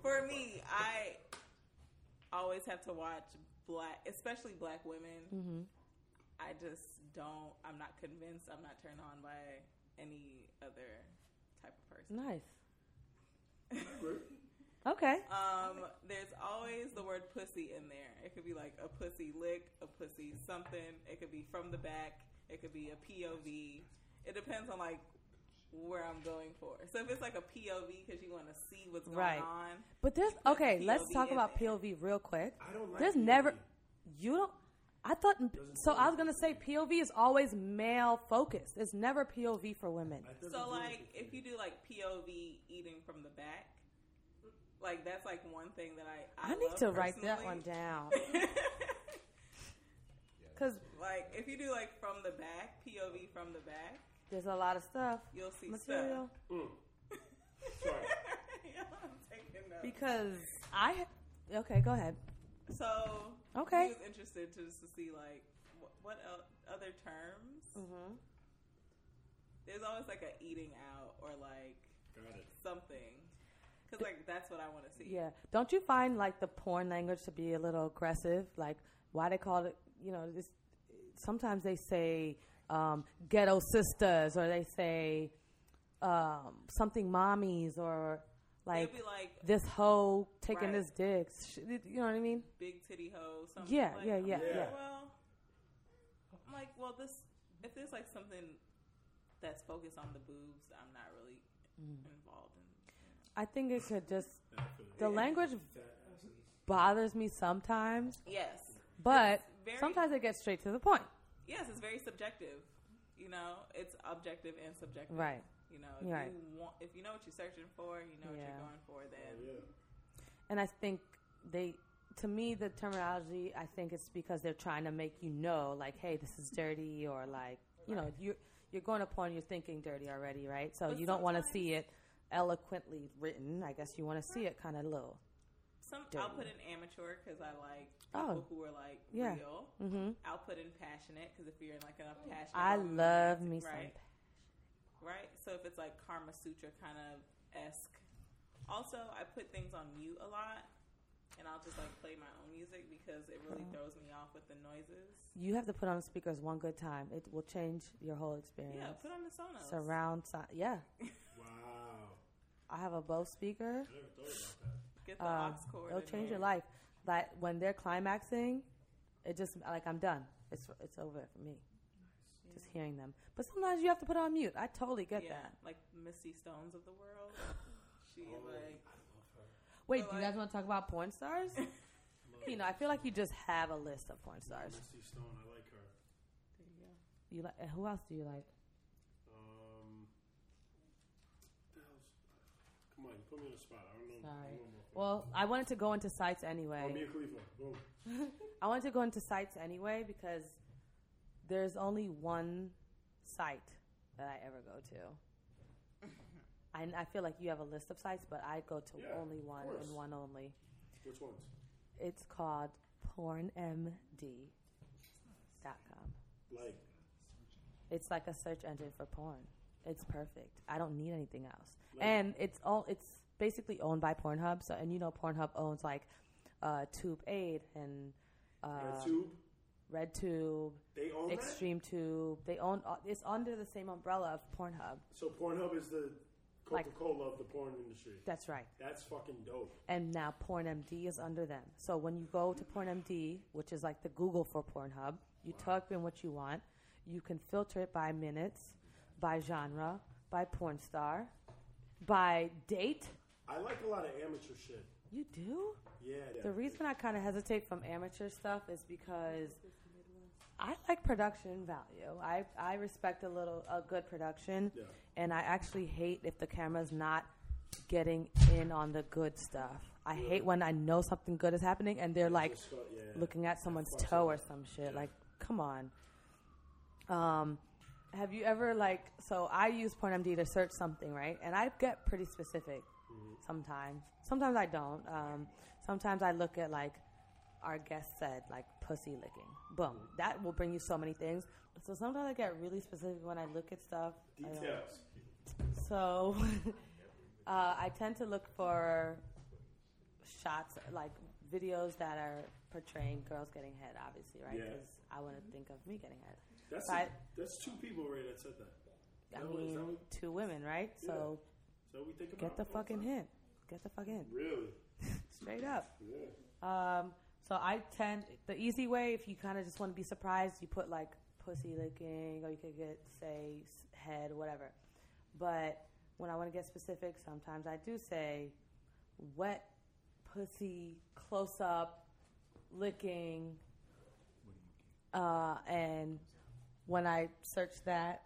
for me, I always have to watch black, especially black women. Mm-hmm. I just don't. I'm not convinced. I'm not turned on by any other type of person. Nice. Great. Okay. Um, there's always the word pussy in there. It could be like a pussy lick, a pussy something. It could be from the back. It could be a POV. It depends on like where I'm going for. So if it's like a POV because you want to see what's going Right. on, But there's okay. Let's POV talk in about there. POV real quick. I don't like. There's POV. never. You don't. I thought. Doesn't So I was really- gonna say POV is always male focused. It's never POV for women. That doesn't So do like anything. if you do like POV eating from the back, like that's like one thing that I I I, need love to write that personally. one down. Cause like if you do like from the back POV from the back, there's a lot of stuff. you'll see Material. Mm. Sorry. stuff. Yeah, I'm taking notes. Because I. Okay, go ahead. so Okay. he was interested to just to see like what, what el- other terms. Mm-hmm. There's always like a eating out or like Got it. something. Cause like that's what I want to see. Yeah. Don't you find like the porn language to be a little aggressive? Like why they call it? You know, this, sometimes they say um, ghetto sisters, or they say um, something mommies, or like It'd be like this hoe taking Right. this dick. Sh- You know what I mean? big titty hoe. Something. Yeah, like, yeah, I'm yeah, like, yeah. Well, I'm like, well, this if there's like something that's focused on the boobs, I'm not really Mm. involved in. I think it could just Nah, I feel it. the language Fat asses. bothers me sometimes, Yes, but It's very- sometimes it gets straight to the point. yes, it's very subjective. You know, it's objective and subjective. Right. You know, if Right. you want, if you know what you're searching for, you know what Yeah. you're going for. Oh, Then yeah. And I think they, to me, the terminology, I think it's because they're trying to make you know, like, hey, this is dirty, or like, you know, you're, you're going to porn, you're thinking dirty already, right? So But you don't want to sometimes- see it eloquently written. I guess you want to see it kind of low. some Dirty. I'll put in amateur because I like Oh. people who are like Yeah. real. Mm-hmm. I'll put in passionate because if you're in like an passionate, I mood, love me some. right. right? So if it's like Karma Sutra kind of esque. Also, I put things on mute a lot, and I'll just like play my own music because it Oh. really throws me off with the noises. You have to put on the speakers one good time. It will change your whole experience. Yeah, put on the Sonos. Surround sound. Yeah, Wow. I have a Bose speaker. I never thought about that. Get the Um, aux cord. it'll in change your there. life. Like when they're climaxing, it just like I'm done. It's it's over for me. Just hearing them. But sometimes you have to put on mute. I totally get yeah, that. like Misty Stones of the world. She Oh, I like love her. Wait, do But you like- guys want to talk about porn stars? you know, I feel like you just have a list of porn stars. Misty Stone, I like her. You like who else do you like? Um, the hell's- come on, you put me on the spot. I don't know. I Sorry. don't know Well, I wanted to go into sites oh, anyway. Mia Khalifa. Boom. I wanted to go into sites anyway because there's only one site that I ever go to. And I feel like you have a list of sites, but I go to Yeah, only of one course. and one only. Which ones? It's called pornmd.com. Like, It's like a search engine for porn. It's perfect. I don't need anything else. Like- and it's all it's basically owned by Pornhub. So and you know Pornhub owns like uh, Tube Aid and uh, Tube. Red Tube, They own that. Extreme Tube. They own all- it's under the same umbrella of Pornhub. So Pornhub is the Like- Coca Cola of the porn industry. That's right. That's fucking dope. and now PornMD is under them. So when you go to PornMD, which is like the Google for Pornhub, you type in what you want. You can filter it by minutes, by genre, by porn star, by date. I like a lot of amateur shit. You do? Yeah. The reason I kind of hesitate from amateur stuff is because I like production value. I, I respect a little a good production, Yeah. and I actually hate if the camera's not getting in on the good stuff. I hate when I know something good is happening and they're like Just got- yeah. looking at someone's fucks toe it or up. some shit. Yeah. Like, come on. Um, have you ever like? So I use PornMD to search something, right? And I get pretty specific sometimes. Sometimes I don't. Um, sometimes I look at like our guest said, like pussy licking. Boom. That will bring you so many things. So sometimes I get really specific when I look at stuff. I don't- details. so uh, I tend to look for shots, like videos that are portraying girls getting head, obviously, right? Yeah. Because I want to think of me getting head. That's But- that's two people Ray that said that. I That was- mean, that was- two women, right? So So we think about get the it all fucking time. hit. Get the fucking hit. Really? Straight up. Yeah. Um, so I tend the easy way if you kind of just want to be surprised, you put like pussy licking, or you could get say s- head, whatever. But when I want to get specific, sometimes I do say wet pussy close up licking, uh, and when I search that,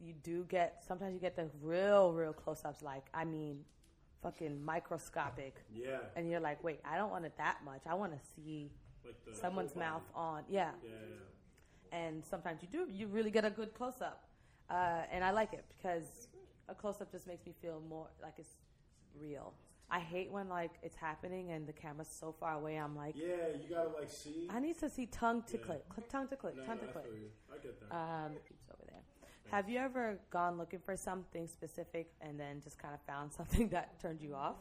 you do get sometimes you get the real real close ups. Like I mean, fucking microscopic Yeah. and you're like, wait, I don't want it that much. I want to see Like the someone's whole body. mouth on. Yeah. Yeah. yeah. And sometimes you do, you really get a good close up. Uh, and I like it because a close up just makes me feel more like it's real. I hate when like it's happening and the camera's so far away. I'm like, Yeah, you gotta like see. I need to see tongue to Yeah. click, click, tongue to click, No, tongue no, to I click. feel you. I get that. Um, it's over there. Have you ever gone looking for something specific and then just kind of found something that turned you off?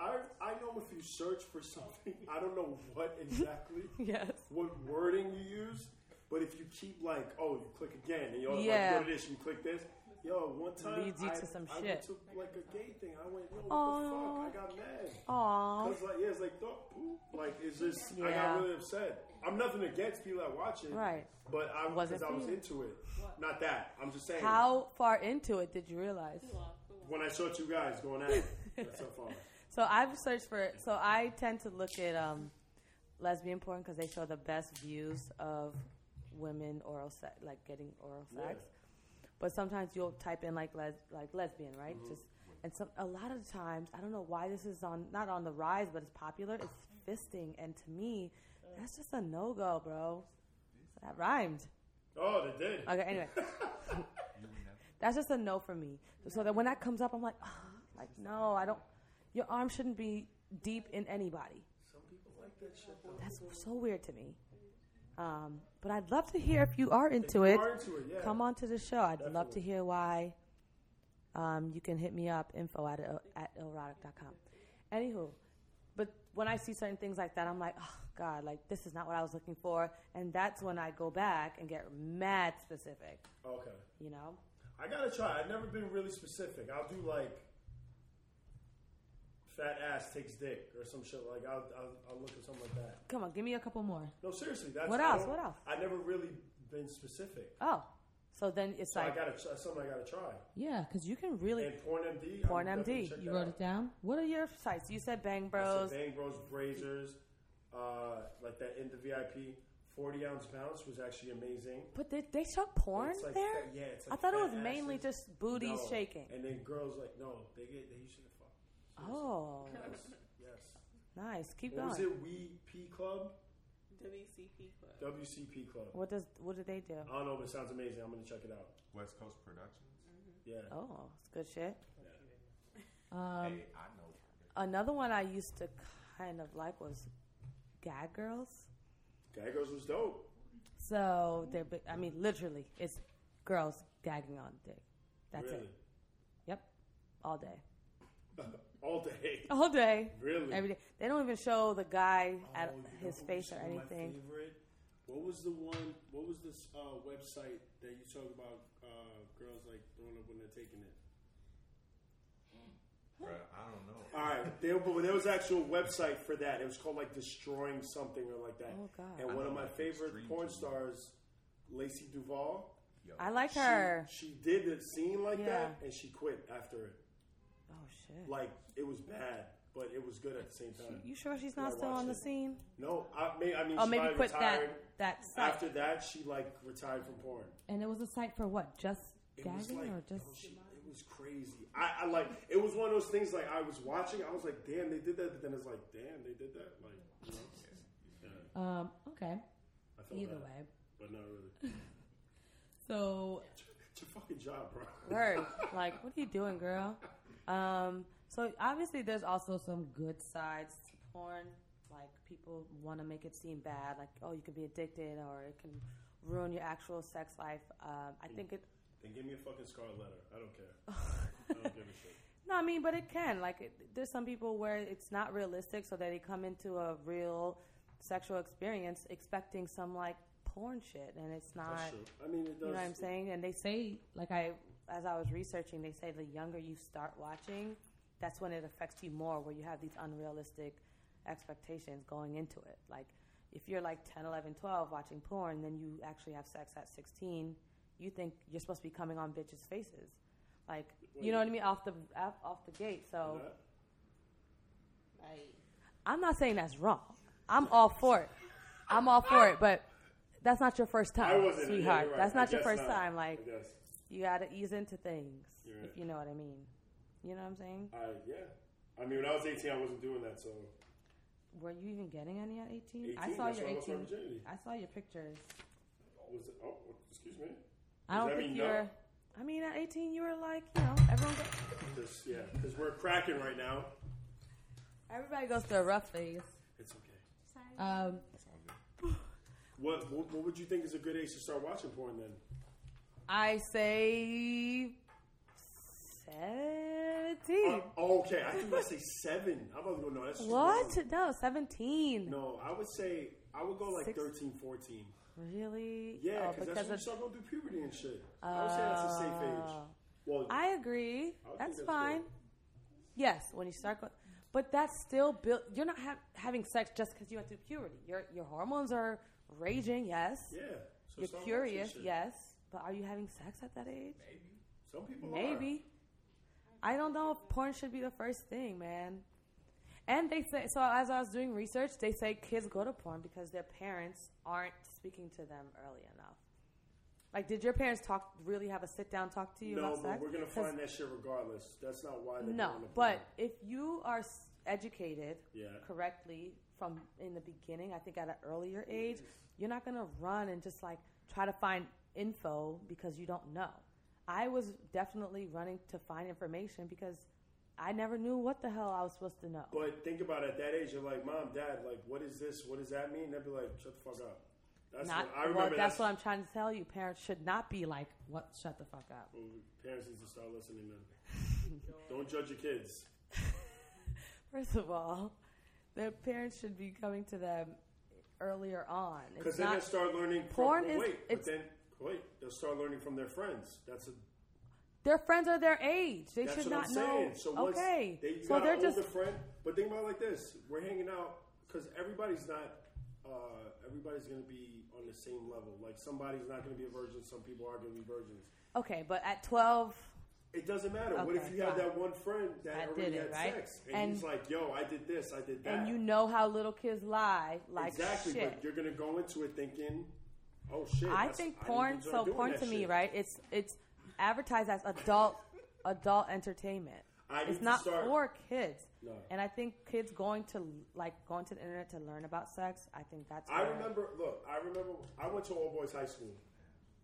I I know if you search for something, I don't know what exactly, Yes. what wording you use, but if you keep like, oh, you click again, and you're Yeah. like, go to this, you click this. Yo, one time Leads you I, to some I shit. took like a gay thing. I went, yo, what Aw. the fuck? I got mad. Aww. Cause like, yeah, it's like, th- poop. like it's just, Yeah. I got really upset. I'm nothing against people that watch it, Right. But I was Wasn't because I for was you. into it. Not that. I'm just saying. How far into it did you realize? When I saw two guys going at it, that's so far. So I've searched for. So I tend to look at um, lesbian porn because they show the best views of women oral sex, like getting oral Yeah. sex. But sometimes you'll type in like les like lesbian, right? Just and some a lot of times I don't know why this is on not on the rise, but it's popular. It's fisting, and to me, that's just a no go, bro. That rhymed. Oh, they did. Okay, anyway. That's just a no for me. So that when that comes up, I'm like, "Ah," like no, I don't. Your arm shouldn't be deep in anybody. That's so weird to me. Um, but I'd love to hear if you are into you it. are into it, yeah. Come on to the show. I'd love to Definitely. hear why. Um, you can hit me up info at el- at erotic.com. Anywho, but when I see certain things like that, I'm like, oh god, like this is not what I was looking for, and that's when I go back and get mad specific. Oh, Okay. You know. I gotta try. I've never been really specific. I'll do like fat ass takes dick or some shit. Like I'll, I'll, I'll look at something like that. Come on, give me a couple more. No, seriously. That's What I else? don't- What else? I've never really been specific. Oh, so then it's So like, I gotta try, something I gotta try. Yeah, because you can really. And PornMD. PornMD. you wrote it down. What are your sites? You said Bang Bros. Bros. Bang Bros. Brazers, uh, like that in the VIP. Forty ounce bounce was actually amazing. But they, they show porn It's like there? fat- yeah, it's I like thought it fat was mainly asses. just booties No. shaking. And then girls like, no, they get they used to get fucked. Oh, Yes. nice. Keep What was going. it? We P Club, WCP Club. WCP Club. What does what do they do? I don't know, but it sounds amazing. I'm gonna check it out. West Coast Productions. Yeah. Oh, it's good shit. Um, hey, I know. Another one I used to kind of like was Gag Girls. Gaggers was dope. So they're, bi- I mean, literally, it's girls gagging on dick. That's really. it. Yep, all day. All day. All day. Really. Every day. They don't even show the guy Oh, at you know his what face was or one of anything. My favorite. What was the one? What was this uh, website that you talk about? Uh, girls like throwing up when they're taking it. Bruh, I don't know. All right, there, but there was actual website for that. It was called like destroying something or like that. Oh, God. And I one of know, my like, favorite Extreme porn Team. stars, Lacey Duval. Yo, I like her. She, she did the scene like Yeah. that, and she quit after it. Oh shit. Like it was bad. but it was good at the same time. You sure she's Yeah, not I still on the watched it. scene? No, I, may, I mean, Oh, she maybe probably quit that retired. that site. After that, she like retired from porn. And it was a site for what? Just It was gagging like, or just? no, she- it was crazy. I, I like it was one of those things like I was watching. I was like, damn, they did that. But then it's like, damn, they did that. Like, you know, yeah, Um, okay. I felt Either bad, way. but not really. So It's your fucking job, bro. Word. Like, what are you doing, girl? Um, so obviously there's also some good sides to porn. Like people want to make it seem bad, like oh you can be addicted or it can ruin your actual sex life. Um, I think it. Then give me a fucking scarlet letter. I don't care. I don't give a shit. No, I mean, but it can. Like it, there's some people where it's not realistic, so that they come into a real sexual experience expecting some like porn shit, and it's not. That's true. I mean, it does. You know what I'm saying? And they say, like I, as I was researching, they say the younger you start watching, that's when it affects you more, where you have these unrealistic expectations going into it. Like if you're like 10, 11, 12 watching porn, then you actually have sex at 16, you think you're supposed to be coming on bitches' faces. Like, you know what I mean? Off the off off the gate. So That- I'm not saying that's wrong. I'm all for it. I'm all for it, but that's not your first I time, wasn't. yeah, sweetheart. you're right. That's I not your guess first not. time. Like, I guess. you gotta ease into things You're if right. you know what i mean you know what i'm saying I yeah. I mean, when I was 18, I wasn't doing that. So were you even getting any at 18, 18, i saw that's your why I lost my 18 virginity. i saw your pictures Was it, oh, excuse me. i Does don't that think mean you're no? i mean at 18 you were like you know everyone go, Just yeah, because we're cracking right now. everybody goes through a rough phase It's okay. um, What, what what would you think is a good age to start watching porn then? i say 17 Oh, okay, I think I say seven. I'm about to go no. That's too what young. no 17 No, I would say I would go like Six- thirteen, fourteen. 13, 14. really Yeah, Oh, because that's when you start going through puberty and shit. I would say that's a safe age. Oh. Well, I agree. I would think That's that's fine. good. Yes, when you start going, but that's still built. You're not ha- having sex just because you went through puberty. Your your hormones are raging. Yes, yeah. So you're start watching curious. shit. Yes, but are you having sex at that age? Some people are. Maybe. I don't know if porn should be the first thing, man. And they say so. As I was doing research, they say kids go to porn because their parents aren't speaking to them early enough. Like, did your parents talk? Really have a sit down talk to you No, about but sex? we're gonna 'Cause- find that shit regardless. That's not why. They're no, going to but porn. if you are s- educated Yeah. correctly from in the beginning, I think at an earlier age, you're not going to run and just like try to find info because you don't know. I was definitely running to find information because I never knew what the hell I was supposed to know. But think about it. At that age, you're like, Mom, Dad, like, what is this? What does that mean? They'd be like, Shut the fuck up. That's Not, what I remember. well, that's, that's what I'm trying to tell you. Parents should not be like, "What? Shut the fuck up." Well, parents need to start listening then. Don't judge your kids. First of all, their parents should be coming to them earlier on. Because then they'll start learning from, porn well, is- wait, but it's- then, oh, wait, they'll start learning from their friends. That's a, Their friends are their age. They that's should what not I'm saying. know. So once okay, they, you so got they're an just older friend, but think about it like this. We're hanging out because everybody's not, uh, everybody's going to be on the same level. Like somebody's not going to be a virgin. Some people are going to be virgins. okay. But at twelve, It doesn't matter. what if Okay, you have fine. that one friend that That already did had it, right? sex, and, And- he's like, "Yo, I did this, I did that," and you know how little kids lie, like exactly. shit. But you're gonna go into it thinking, "Oh shit." I that's- think didn't porn. enjoy So doing porn that to me, shit. right? It's it's advertised as adult adult entertainment. I need it's to not start- for kids. No. And I think kids going to like going to the internet to learn about sex. I think that's. I where- remember. Look, I remember. I went to all boys high school,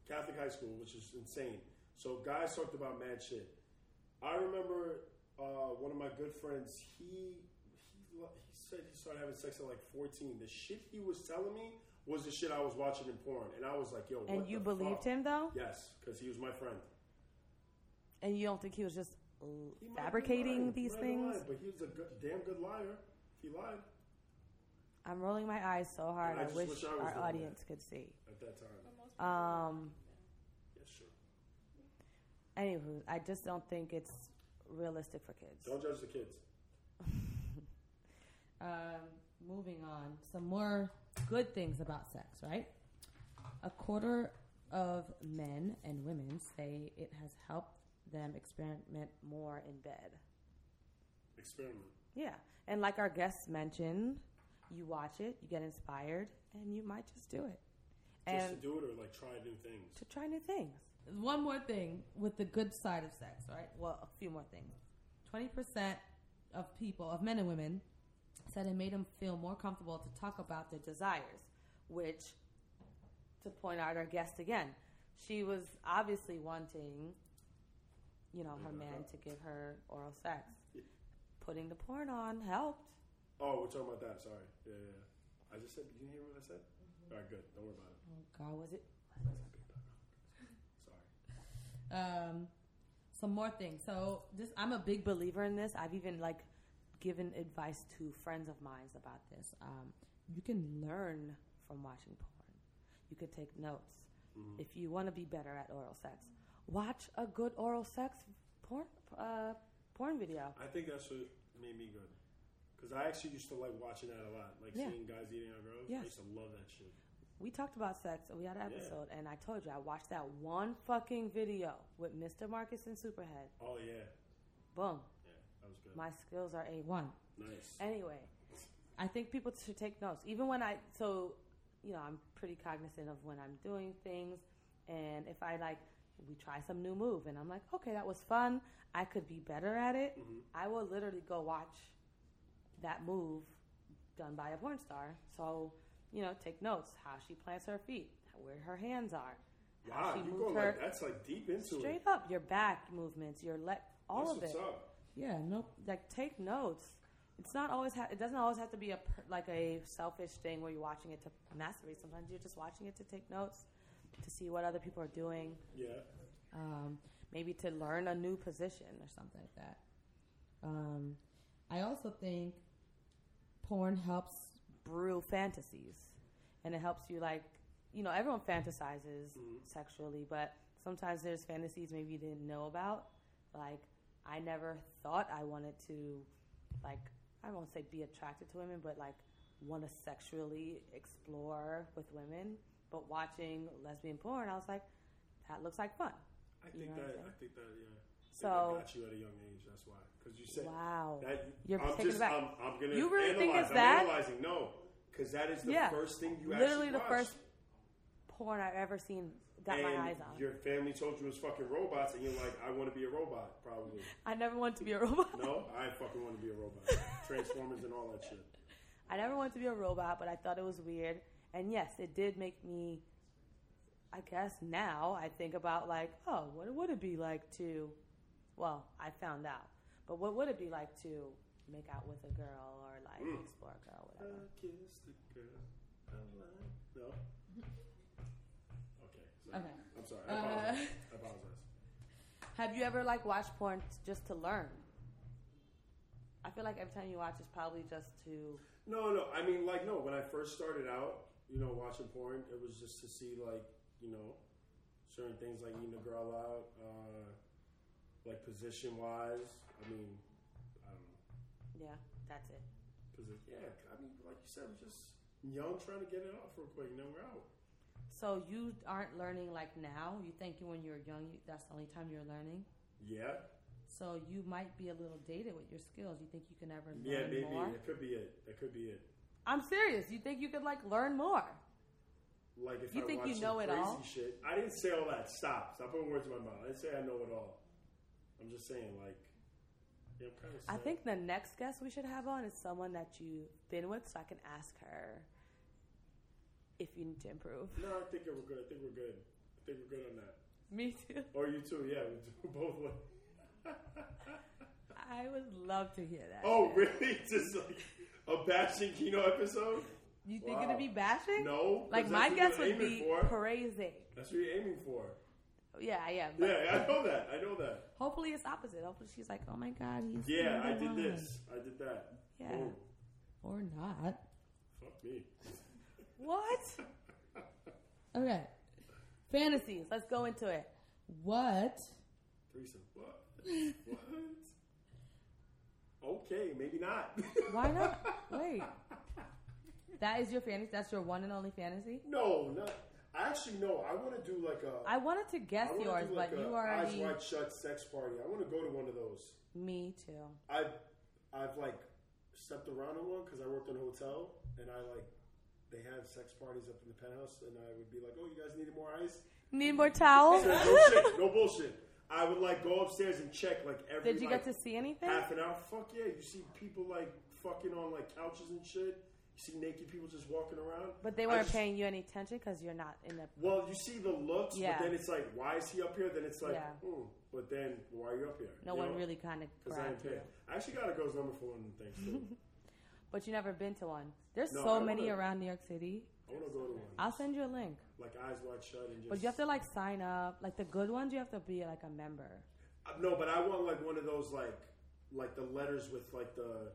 Catholic high school, which is insane. So guys talked about mad shit. I remember uh, one of my good friends. He he lo- he said he started having sex at like fourteen. The shit he was telling me was the shit I was watching in porn, and I was like, "Yo." And what you the believed fuck? him, though? Yes, because he was my friend. And you don't think he was just uh, He might be fabricating lying. these He might be things? lying, but he was a good, damn good liar. He lied I'm rolling my eyes so hard. I I, just wish, wish I was doing our that. audience could see. at that time. Um. Yeah, sure. Anywho, I just don't think it's realistic for kids. Don't judge the kids. um, moving on, some more good things about sex, right? A quarter of men and women say it has helped them experiment More in bed. Experiment. Yeah. And like our guests mentioned, you watch it, you get inspired, and you might just do it. Just to And do it or like try new things. to try new things. One more thing with the good side of sex, right? Well, a few more things. Twenty percent of people, of men and women, said it made them feel more comfortable to talk about their their desires, which, to point out our guest again, she was obviously wanting, you know, her man to give her oral sex. Putting the porn on helped. Oh, we're talking about that. Sorry. Yeah, yeah. yeah. I just said. Did you hear what I said? All right, good. Don't worry about it. Oh God, was it? Sorry. um, some more things. So this, I'm a big Big believer in this. I've even like given advice to friends of mine about this. Um, you can learn from watching porn. You could take notes. Mm-hmm. If you want to be better at oral sex, watch a good oral sex porn uh, porn video. I think that's what made me good. Because I actually used to like watching that a lot. Like Yeah. seeing guys eating on girls. Yes. I used to love that shit. We talked about sex and we had an Yeah. episode, and I told you I watched that one fucking video with Mr. Marcus and Superhead. Oh, yeah. Boom, Yeah, that was good. my skills are A1. one. nice. Anyway, I think people should take notes. Even when I, so, you know, I'm pretty cognizant of when I'm doing things, and if I like, we try some new move, and I'm like, okay, that was fun. I could be better at it. I will literally go watch that move done by a porn star. So, you know, take notes how she plants her feet, where her hands are, how wow, she you moves go her like that's like deep into straight it. up, your back movements, your leg, all that's of what's it. up. Yeah, nope. Like, take notes. It's not always. Ha- it doesn't always have to be a per- like a selfish thing where you're watching it to masturbate. Sometimes you're just watching it to take notes, to see what other people are doing, Yeah. Um, maybe to learn a new position or or something something. like that. Um, I also think porn helps. Brew fantasies, and it helps you like you know everyone fantasizes Mm-hmm. sexually, but sometimes there's fantasies maybe you didn't know about. Like I never thought I wanted to like I won't say be attracted to women, but like want to sexually explore with women. But watching lesbian porn, I was like, that looks like fun. I You know think what that. I'm I think that. Yeah. So- I think I got you at a young age. That's why. Because you said Wow. that. You're I'm taken just. aback. I'm, I'm gonna. You really analyze. think it's I'm that? analyzing. No, because that is the Yeah. first thing you Literally actually the watch. first Porn I've ever seen got and my eyes on. Your family told you it was fucking robots, and you're like, I want to be a robot, probably. I never wanted to be a robot. No, I fucking want to be a robot. Transformers and all that shit. I never wanted to be a robot, but I thought it was weird. And yes, it did make me. I guess now I think about like, oh, what would it be like to? Well, I found out, but what would it be like to make out with a girl or like explore a girl, I whatever? kissed a girl I like. No. Okay. sorry. Okay. I'm sorry. I apologize. I apologize. Uh, Have you ever like watched porn t- just to learn? I feel like every time you watch, it's probably just to. No, no. I mean, like, no. When I first started out, you know, watching porn, it was just to see, like, you know, certain things like eating a girl out, uh, like position wise. I mean, I don't know. Yeah, that's it. Posi- yeah, I mean, like you said, we're just young trying to get it off real quick, and then we're out. So you aren't learning like now. You think when you're young, you, that's the only time you're learning. Yeah. So you might be a little dated with your skills. You think you can ever learn Yeah, maybe. more? That could be it. That could be it. I'm serious. You think you could like learn more? Like if You I think watch you some know it crazy all? shit. I didn't say all that. Stop. Stop putting words in my mouth. I didn't say I know it all. I'm just saying, like, yeah, I'm kind of. I think the next guest we should have on is someone that you've been with, so I can ask her if you need to improve. No, I think we're good. I think we're good. I think we're good on that. Me too. Or you too. Yeah, we do both. Like, I would love to hear that. oh, really? Just like a bashing Kino episode? you think it'd wow. be bashing? No. 'cause Like that's my what guess you're would aiming be for. crazy. That's what you're aiming for. Yeah, I am. But Yeah, I know that. I know that. Hopefully it's opposite. Hopefully she's like, oh my god, he's Yeah, I number did one." this. Oh. I did that. Yeah. Boom. or not. Fuck me. What? Okay, fantasy. Fantasies. Let's go into it. What? Threesome. What? what? Okay, maybe not. Why not? Wait. That is your fantasy. That's your one and only fantasy. no, not. Actually, no. I want to do like a. I wanted to guess I wanna yours, do but like a you eyes already. wide shut sex party. I want to go to one of those. Me too. I've I've like stepped around in one because I worked in a hotel and I like they had sex parties up in the penthouse and I would be like, oh, you guys needed more ice? Need more towels? no shit, no bullshit. I would like go upstairs and check like every. Did you like, get to see anything? half an hour. Fuck yeah, you see people like fucking on like couches and shit. You see naked people just walking around. But they I weren't just- paying you any attention because you're not in the. Well, you see the looks, Yeah. but then it's like, why is he up here? Then it's like, Yeah. hmm, but then why are you up here? No You one know? really kind of 'Cause I grabbed ain't you. paying. I actually got a girl's number for one of the things. Too. But you never been to one. There's No, so I many would've- around New York City. I want to go to one, I'll send you a link. like eyes wide shut and just. But you have to like sign up. Like the good ones, you have to be like a member. Uh, No, but I want like one of those like like the letters with like the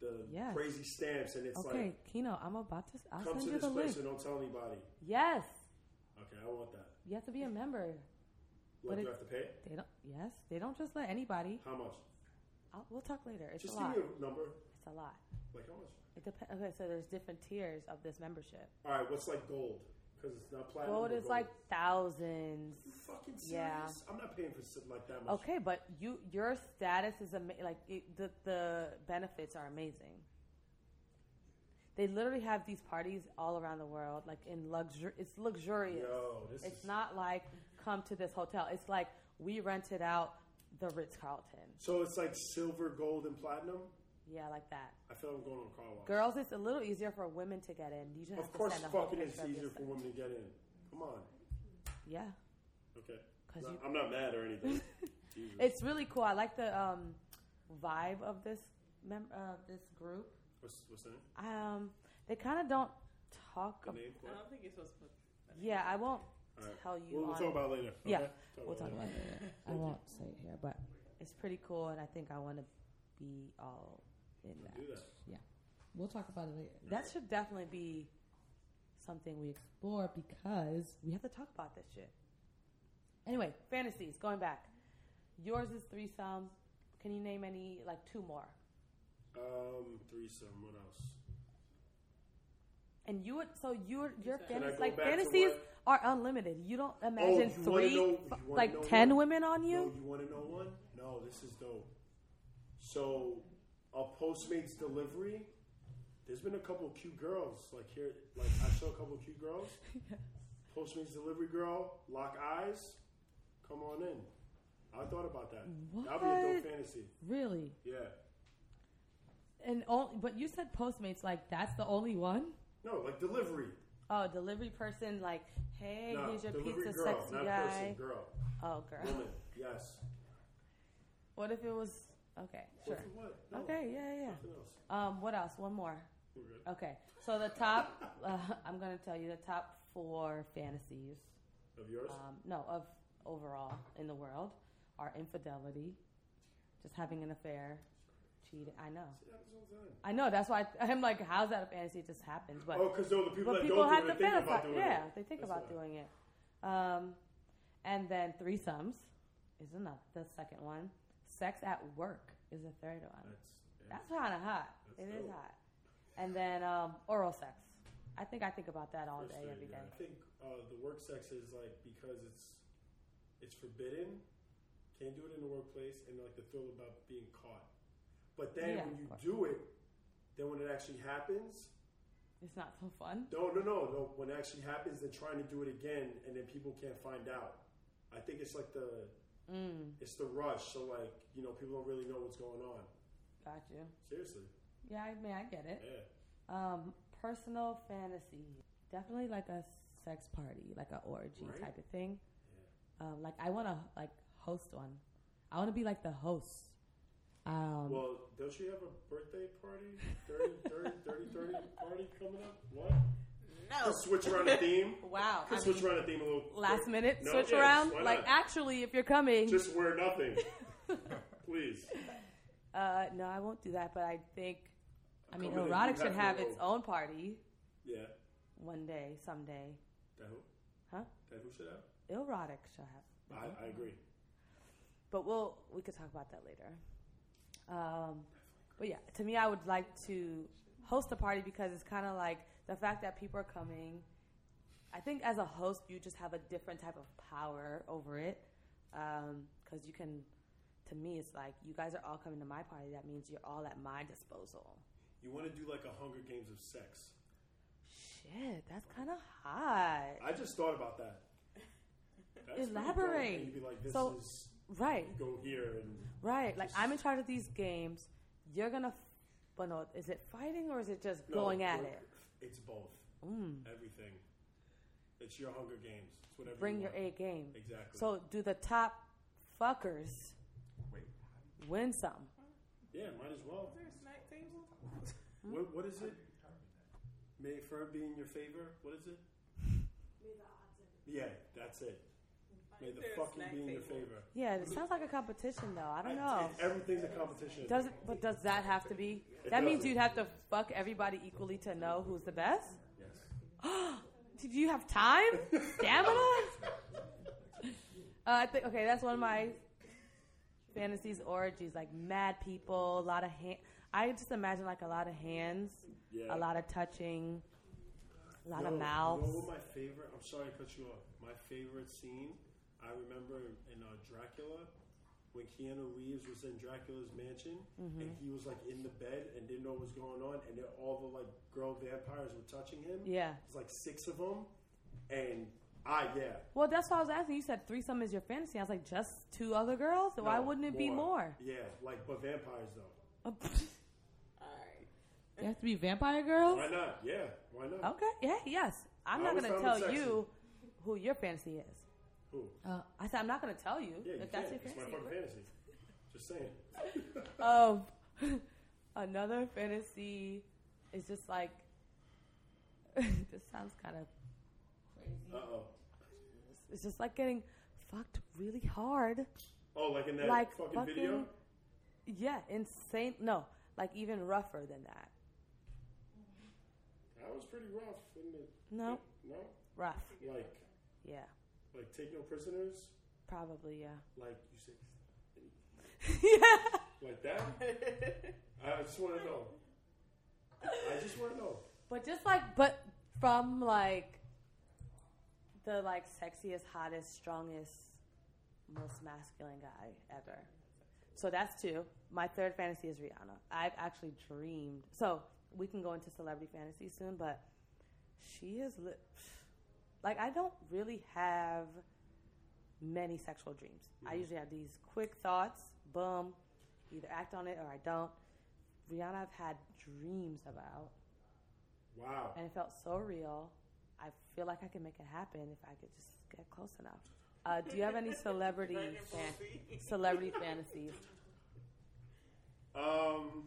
the Yes. crazy stamps, and it's Okay, Kino, I'm about to. I'll like come send to you this the place link. and don't tell anybody. Yes, Okay, I want that. you have to be a member. But Like, do it- I have to pay? They don't. Yes, they don't just let anybody. How much? I'll, we'll talk later. It's Just a give lot. me a number. It's a lot. Like how much? It depends. Okay, so there's different tiers of this membership. All right, what's like gold? Because it's not platinum. Gold but is like thousands. You fucking serious? Yeah. I'm not paying for something like that much. Okay, but you your status is ama- like it, the the benefits are amazing. They literally have these parties all around the world, like in luxury. It's luxurious. Yo, this it's is not like come to this hotel. It's like we rented out the Ritz Carlton. So it's like silver, gold, and platinum. Yeah, like that. I feel I'm going on a car wash. Girls, it's a little easier for women to get in. You just have of to course, send a whole fucking it's picture of easier yourself. for women to get in. Come on. Yeah, Okay. 'Cause No, you- I'm not mad or anything. Jesus. it's really cool. I like the um, vibe of this mem- uh, this group. What's, what's that? Um, they kind of don't talk. The Ab- name? I What? don't think you're supposed to put. that in. yeah, I won't All right. tell you. We'll, we'll on- talk about it later. Yeah, okay? we'll talk Talk about about it it. later. I won't say it here, but It's pretty cool, and I think I want to be all in We'll that. Do that. we'll talk about it later. That should definitely be something we Explore because we have to talk about this shit. Anyway, fantasies. Going back, yours is threesome. Can you name any like two more? Um, threesome. What else? And you would so your your Can I fantasies go like back to fantasies what- Oh, are unlimited. You don't imagine you wanna three know- you wanna like know ten what? women on you. No, you want to know one? No, this is dope. So, a Postmates delivery. There's been a couple cute girls like here. Like I saw a couple cute girls. Postmates delivery girl, lock eyes, come on in. I thought about that. That'd be a What? dope fantasy. Really? Yeah. And only, but you said Postmates like that's the only one. No, like delivery. Oh, delivery person like, hey, no, here's your delivery pizza, girl, sexy not guy. person, girl, Oh, girl. woman. Yes. What if it was okay? Sure. What for what? No, Okay. Yeah, yeah, Nothing else. yeah. Um, what else? One more. We're good. Okay. So the top, uh, I'm gonna tell you the top four fantasies. Of yours? Um, no, of overall in the world are infidelity, just having an affair, cheating. I know. See, that happens all the time. I know. That's why I, I'm like, how's that a fantasy? It just happens. But oh, because though the people but that people don't have do to it, they think about fantasize. doing Yeah, it. they think That's about why. doing it. Um, and then threesomes is another the second one. Sex at work is the third one. That's, yeah. That's kind of hot. It That's is dope. hot. And then um, oral sex. I think I think about that all First day, thing, every day. yeah. I think uh, the work sex is like because it's it's forbidden, can't do it in the workplace, and like the thrill about being caught. But then Yeah, when of you course. do it, then when it actually happens, It's not so fun. no, no, no, no. When it actually happens, then trying to do it again, and then people can't find out. I think it's like the Mm, it's the rush. So like you know, people don't really know what's going on. got you. Seriously, Yeah, I mean, I get it. yeah. Um, personal fantasy. Definitely like a sex party, like a orgy Right? type of thing. Um, like I want to like host one. I want to be like the host. Um, Well, don't you have a birthday party? 30, 30, 30, 30 party coming up? What? No. Could switch around the theme. wow. Could I switch mean, around the theme a little. last quick. minute No, switch yes, around. why Like not? actually, if you're coming, Just wear nothing. Please. uh, no, I won't do that. But I think, I mean, Come in, erotic you should have have to its know. own party Yeah. one day, someday. That who? Huh? Mm-hmm. That who should have? Erotic should have. I, I agree. but we'll we could talk about that later. Um, but yeah, to me, I would like to host a party because it's kind of like the fact that people are coming. I think as a host, Um, you just have a different type of power over it because you can to me, it's like you guys are all coming to my party. That means you're all at my disposal. You want to do like a Hunger Games of sex. Shit, that's kind of hot. I just thought about that. That's pretty dope. Elaborate. And You'd be like, this So- is Right, go here and right. Like I'm in charge of these games. You're gonna, f- but no, is it fighting or is it just No, going at we're- it? It's both. Mm. Everything. It's your Hunger Games. It's whatever. Bring you your want. A game. Exactly. So do the top fuckers Wait, win some? yeah, might as well. Is there a snack table? Hmm? What, what is it? May firm be in your favor. What is it? Yeah, that's it. May Is the there a fucking snack be in your table? favor. Yeah, it sounds like a competition though. I don't know. it- everything's a competition. Does it, but does that have to be? It That means doesn't. you'd have to fuck everybody equally to know who's the best. Yes. Did you have time? Stamina? uh, I think okay, that's one of my fantasies orgies. Like mad people, a lot of hand. I just imagine like a lot of hands, Yeah. a lot of touching, a lot No, of mouths. You know what my favorite? I'm sorry to cut you off. My favorite scene I remember in uh, Dracula when Keanu Reeves was in Dracula's mansion Mm-hmm. and he was like in the bed and didn't know what was going on and then all the like girl vampires were touching him. Yeah. It's like six of them and I yeah. Well, that's why I was asking. You said threesome is your fantasy. I was like, just two other girls. So Why No, wouldn't it be more? Yeah, like but vampires though. All right. You have to be vampire Oh. girls. Why not? Yeah, why not? okay. Yeah. Yes. I'm I not always gonna found it tell sexy. you who your fantasy is. Who? Uh, I said I'm not gonna tell you Yeah, you if that's can. your It's my fantasy. fucking fantasy. Just saying. of another fantasy is just like this sounds kind of Uh oh. it's just like getting fucked really hard Oh, like in that like fucking, video? yeah insane no like even rougher than that That was pretty rough, isn't it? no No? rough Like, yeah like take no prisoners, probably yeah like you said, yeah like that. I just want to know. I just want to know. but just like but from like the like sexiest hottest strongest most masculine guy ever so that's two my third fantasy is rihanna i've actually dreamed so we can go into celebrity fantasy soon but she is li- like i don't really have many sexual dreams i usually have these quick thoughts boom either act on it or i don't rihanna i've had dreams about Wow. and it felt so real. I feel like I could make it happen if I could just get close enough. Uh, do you have any celebrity fan- celebrity fantasies? Um.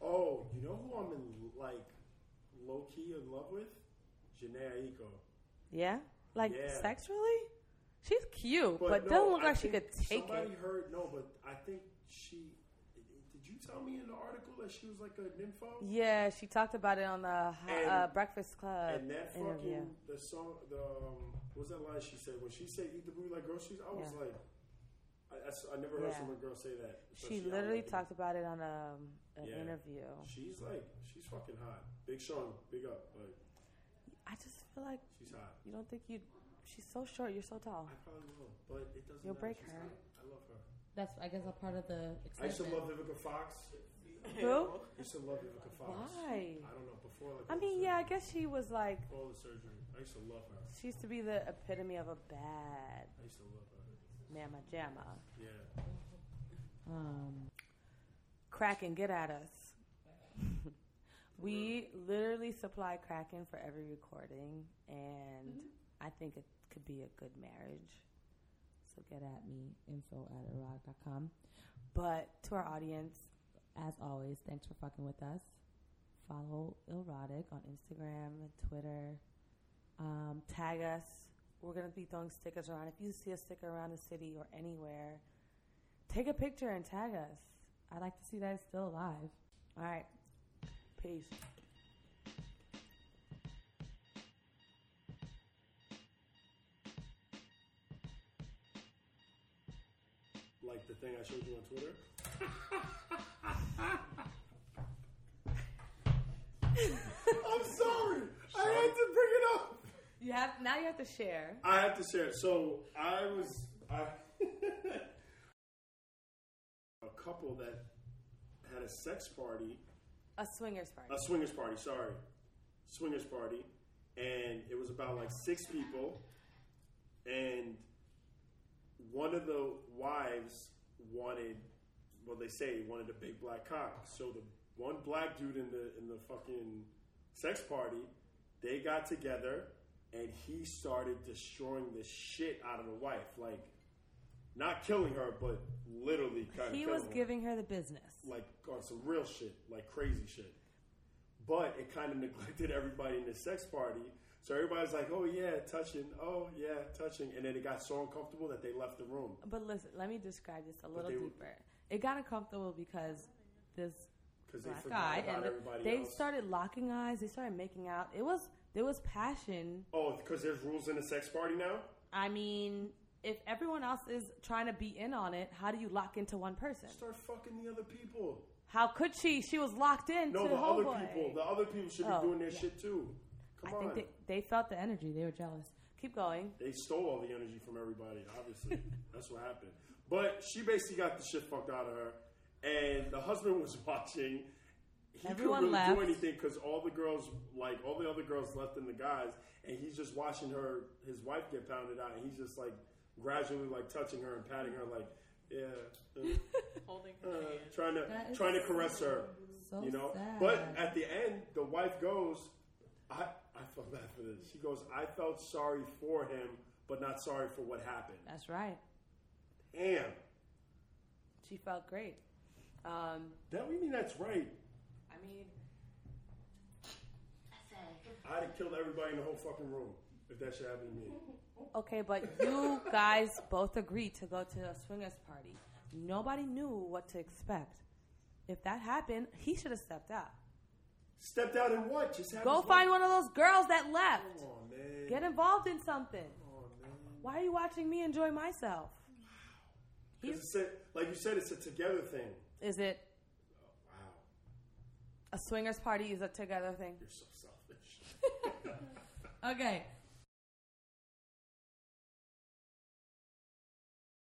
Oh, you know who I'm in like low key in love with? Janae Aiko. Yeah, like Yeah. sexually. She's cute, but, no, doesn't look I like she could think take somebody it. heard no, but I think she. Did you tell me in the article that she was like a nympho? Yeah, she talked about it on the hi- uh, And- Breakfast Club And that fucking interview. the song the um, what was that line she said when she said eat the booty like groceries I was Yeah. like I, that's- I never heard Yeah. someone girl say that. but She I literally like it. talked about it on um, an Yeah. interview. She's like she's fucking hot. Big Sean, big up, like I just feel like she's hot. you don't think you. She's so short. You're so tall. I probably will, but it doesn't. Oh. You'll matter. break She's her. hot. I love her. that's I guess a part of the. I used to excitement. love Vivica Fox. Who? I used to love Vivica Fox. Why? I don't know. Before like I all the mean, yeah, I surgery- guess she was like Before all the surgery, I used to love her. She used to be the epitome of a bad I used to love her. mamma jamma. Yeah. Um, Kraken, get at us. we literally supply Kraken for every recording, and I think it could be a good marriage. so get at me info at iraq.com. But to our audience, As always, thanks for fucking with us. Follow Ilrotic on Instagram, Twitter. um, tag us. We're gonna be throwing stickers around. If you see a sticker around the city or anywhere, take a picture and tag us. I'd like to see that it's still alive. All right, peace. Like the thing I showed you on Twitter. I'm sorry. I had to bring it up. You have now. You have to share. I have to share. So I was I couple that had a sex party, A swingers party. a swingers party. Sorry, swingers party, and it was about like six people, and one of the wives wanted, well, they say wanted a big black cock. So the one black dude in the in the fucking sex party, they got together, and he started destroying the shit out of the wife, like. Not killing her, but literally kind of he killing was her giving her the business. like on some real shit, like crazy shit. But it kind of neglected everybody in the sex party. So everybody's like, "Oh yeah, touching. Oh yeah, touching." And then it got so uncomfortable that they left the room. But listen, let me describe this a little they- deeper. It got uncomfortable because this 'Cause they black forgot guy about and everybody they else. started locking eyes. They started making out. It was there was passion. Oh, because there's rules in a sex party now. I mean, if everyone else is trying to be in on it, how do you lock into one person? Start fucking the other people. How could she? She was locked in No, to the the other homeboy. people. The other people should be Oh, doing their yeah. shit too. Come I on. think they, they felt the energy. They were jealous. Keep going. they stole all the energy from everybody. Obviously, that's what happened. But she basically got the shit fucked out of her, and the husband was watching. He Everyone couldn't really left. do anything because all the girls, like all the other girls, left and the guys, and he's just watching her, his wife get pounded out, and he's just like gradually like touching her and patting her, like yeah, holding uh, her uh, hand. trying to That is trying to caress her, So you know. sad. But at the end, the wife goes, I I felt bad for this. She goes, I felt sorry for him, but not sorry for what happened. That's right. Damn. She felt great. Um, That we mean that's right. I mean, I'd have killed everybody in the whole fucking room if that shit happened to me. Okay, but you guys both agreed to go to a swingers party. Nobody knew what to expect. If that happened, he should have stepped up. Stepped out and what? Just happened. Go find one of those girls that Come left. on, man. Get involved in something. Come on, man. Why are you watching me enjoy myself? 'Cause it's a, like you said, it's a together thing. Is it Wow, a swingers party is a together thing? you're so selfish. Okay,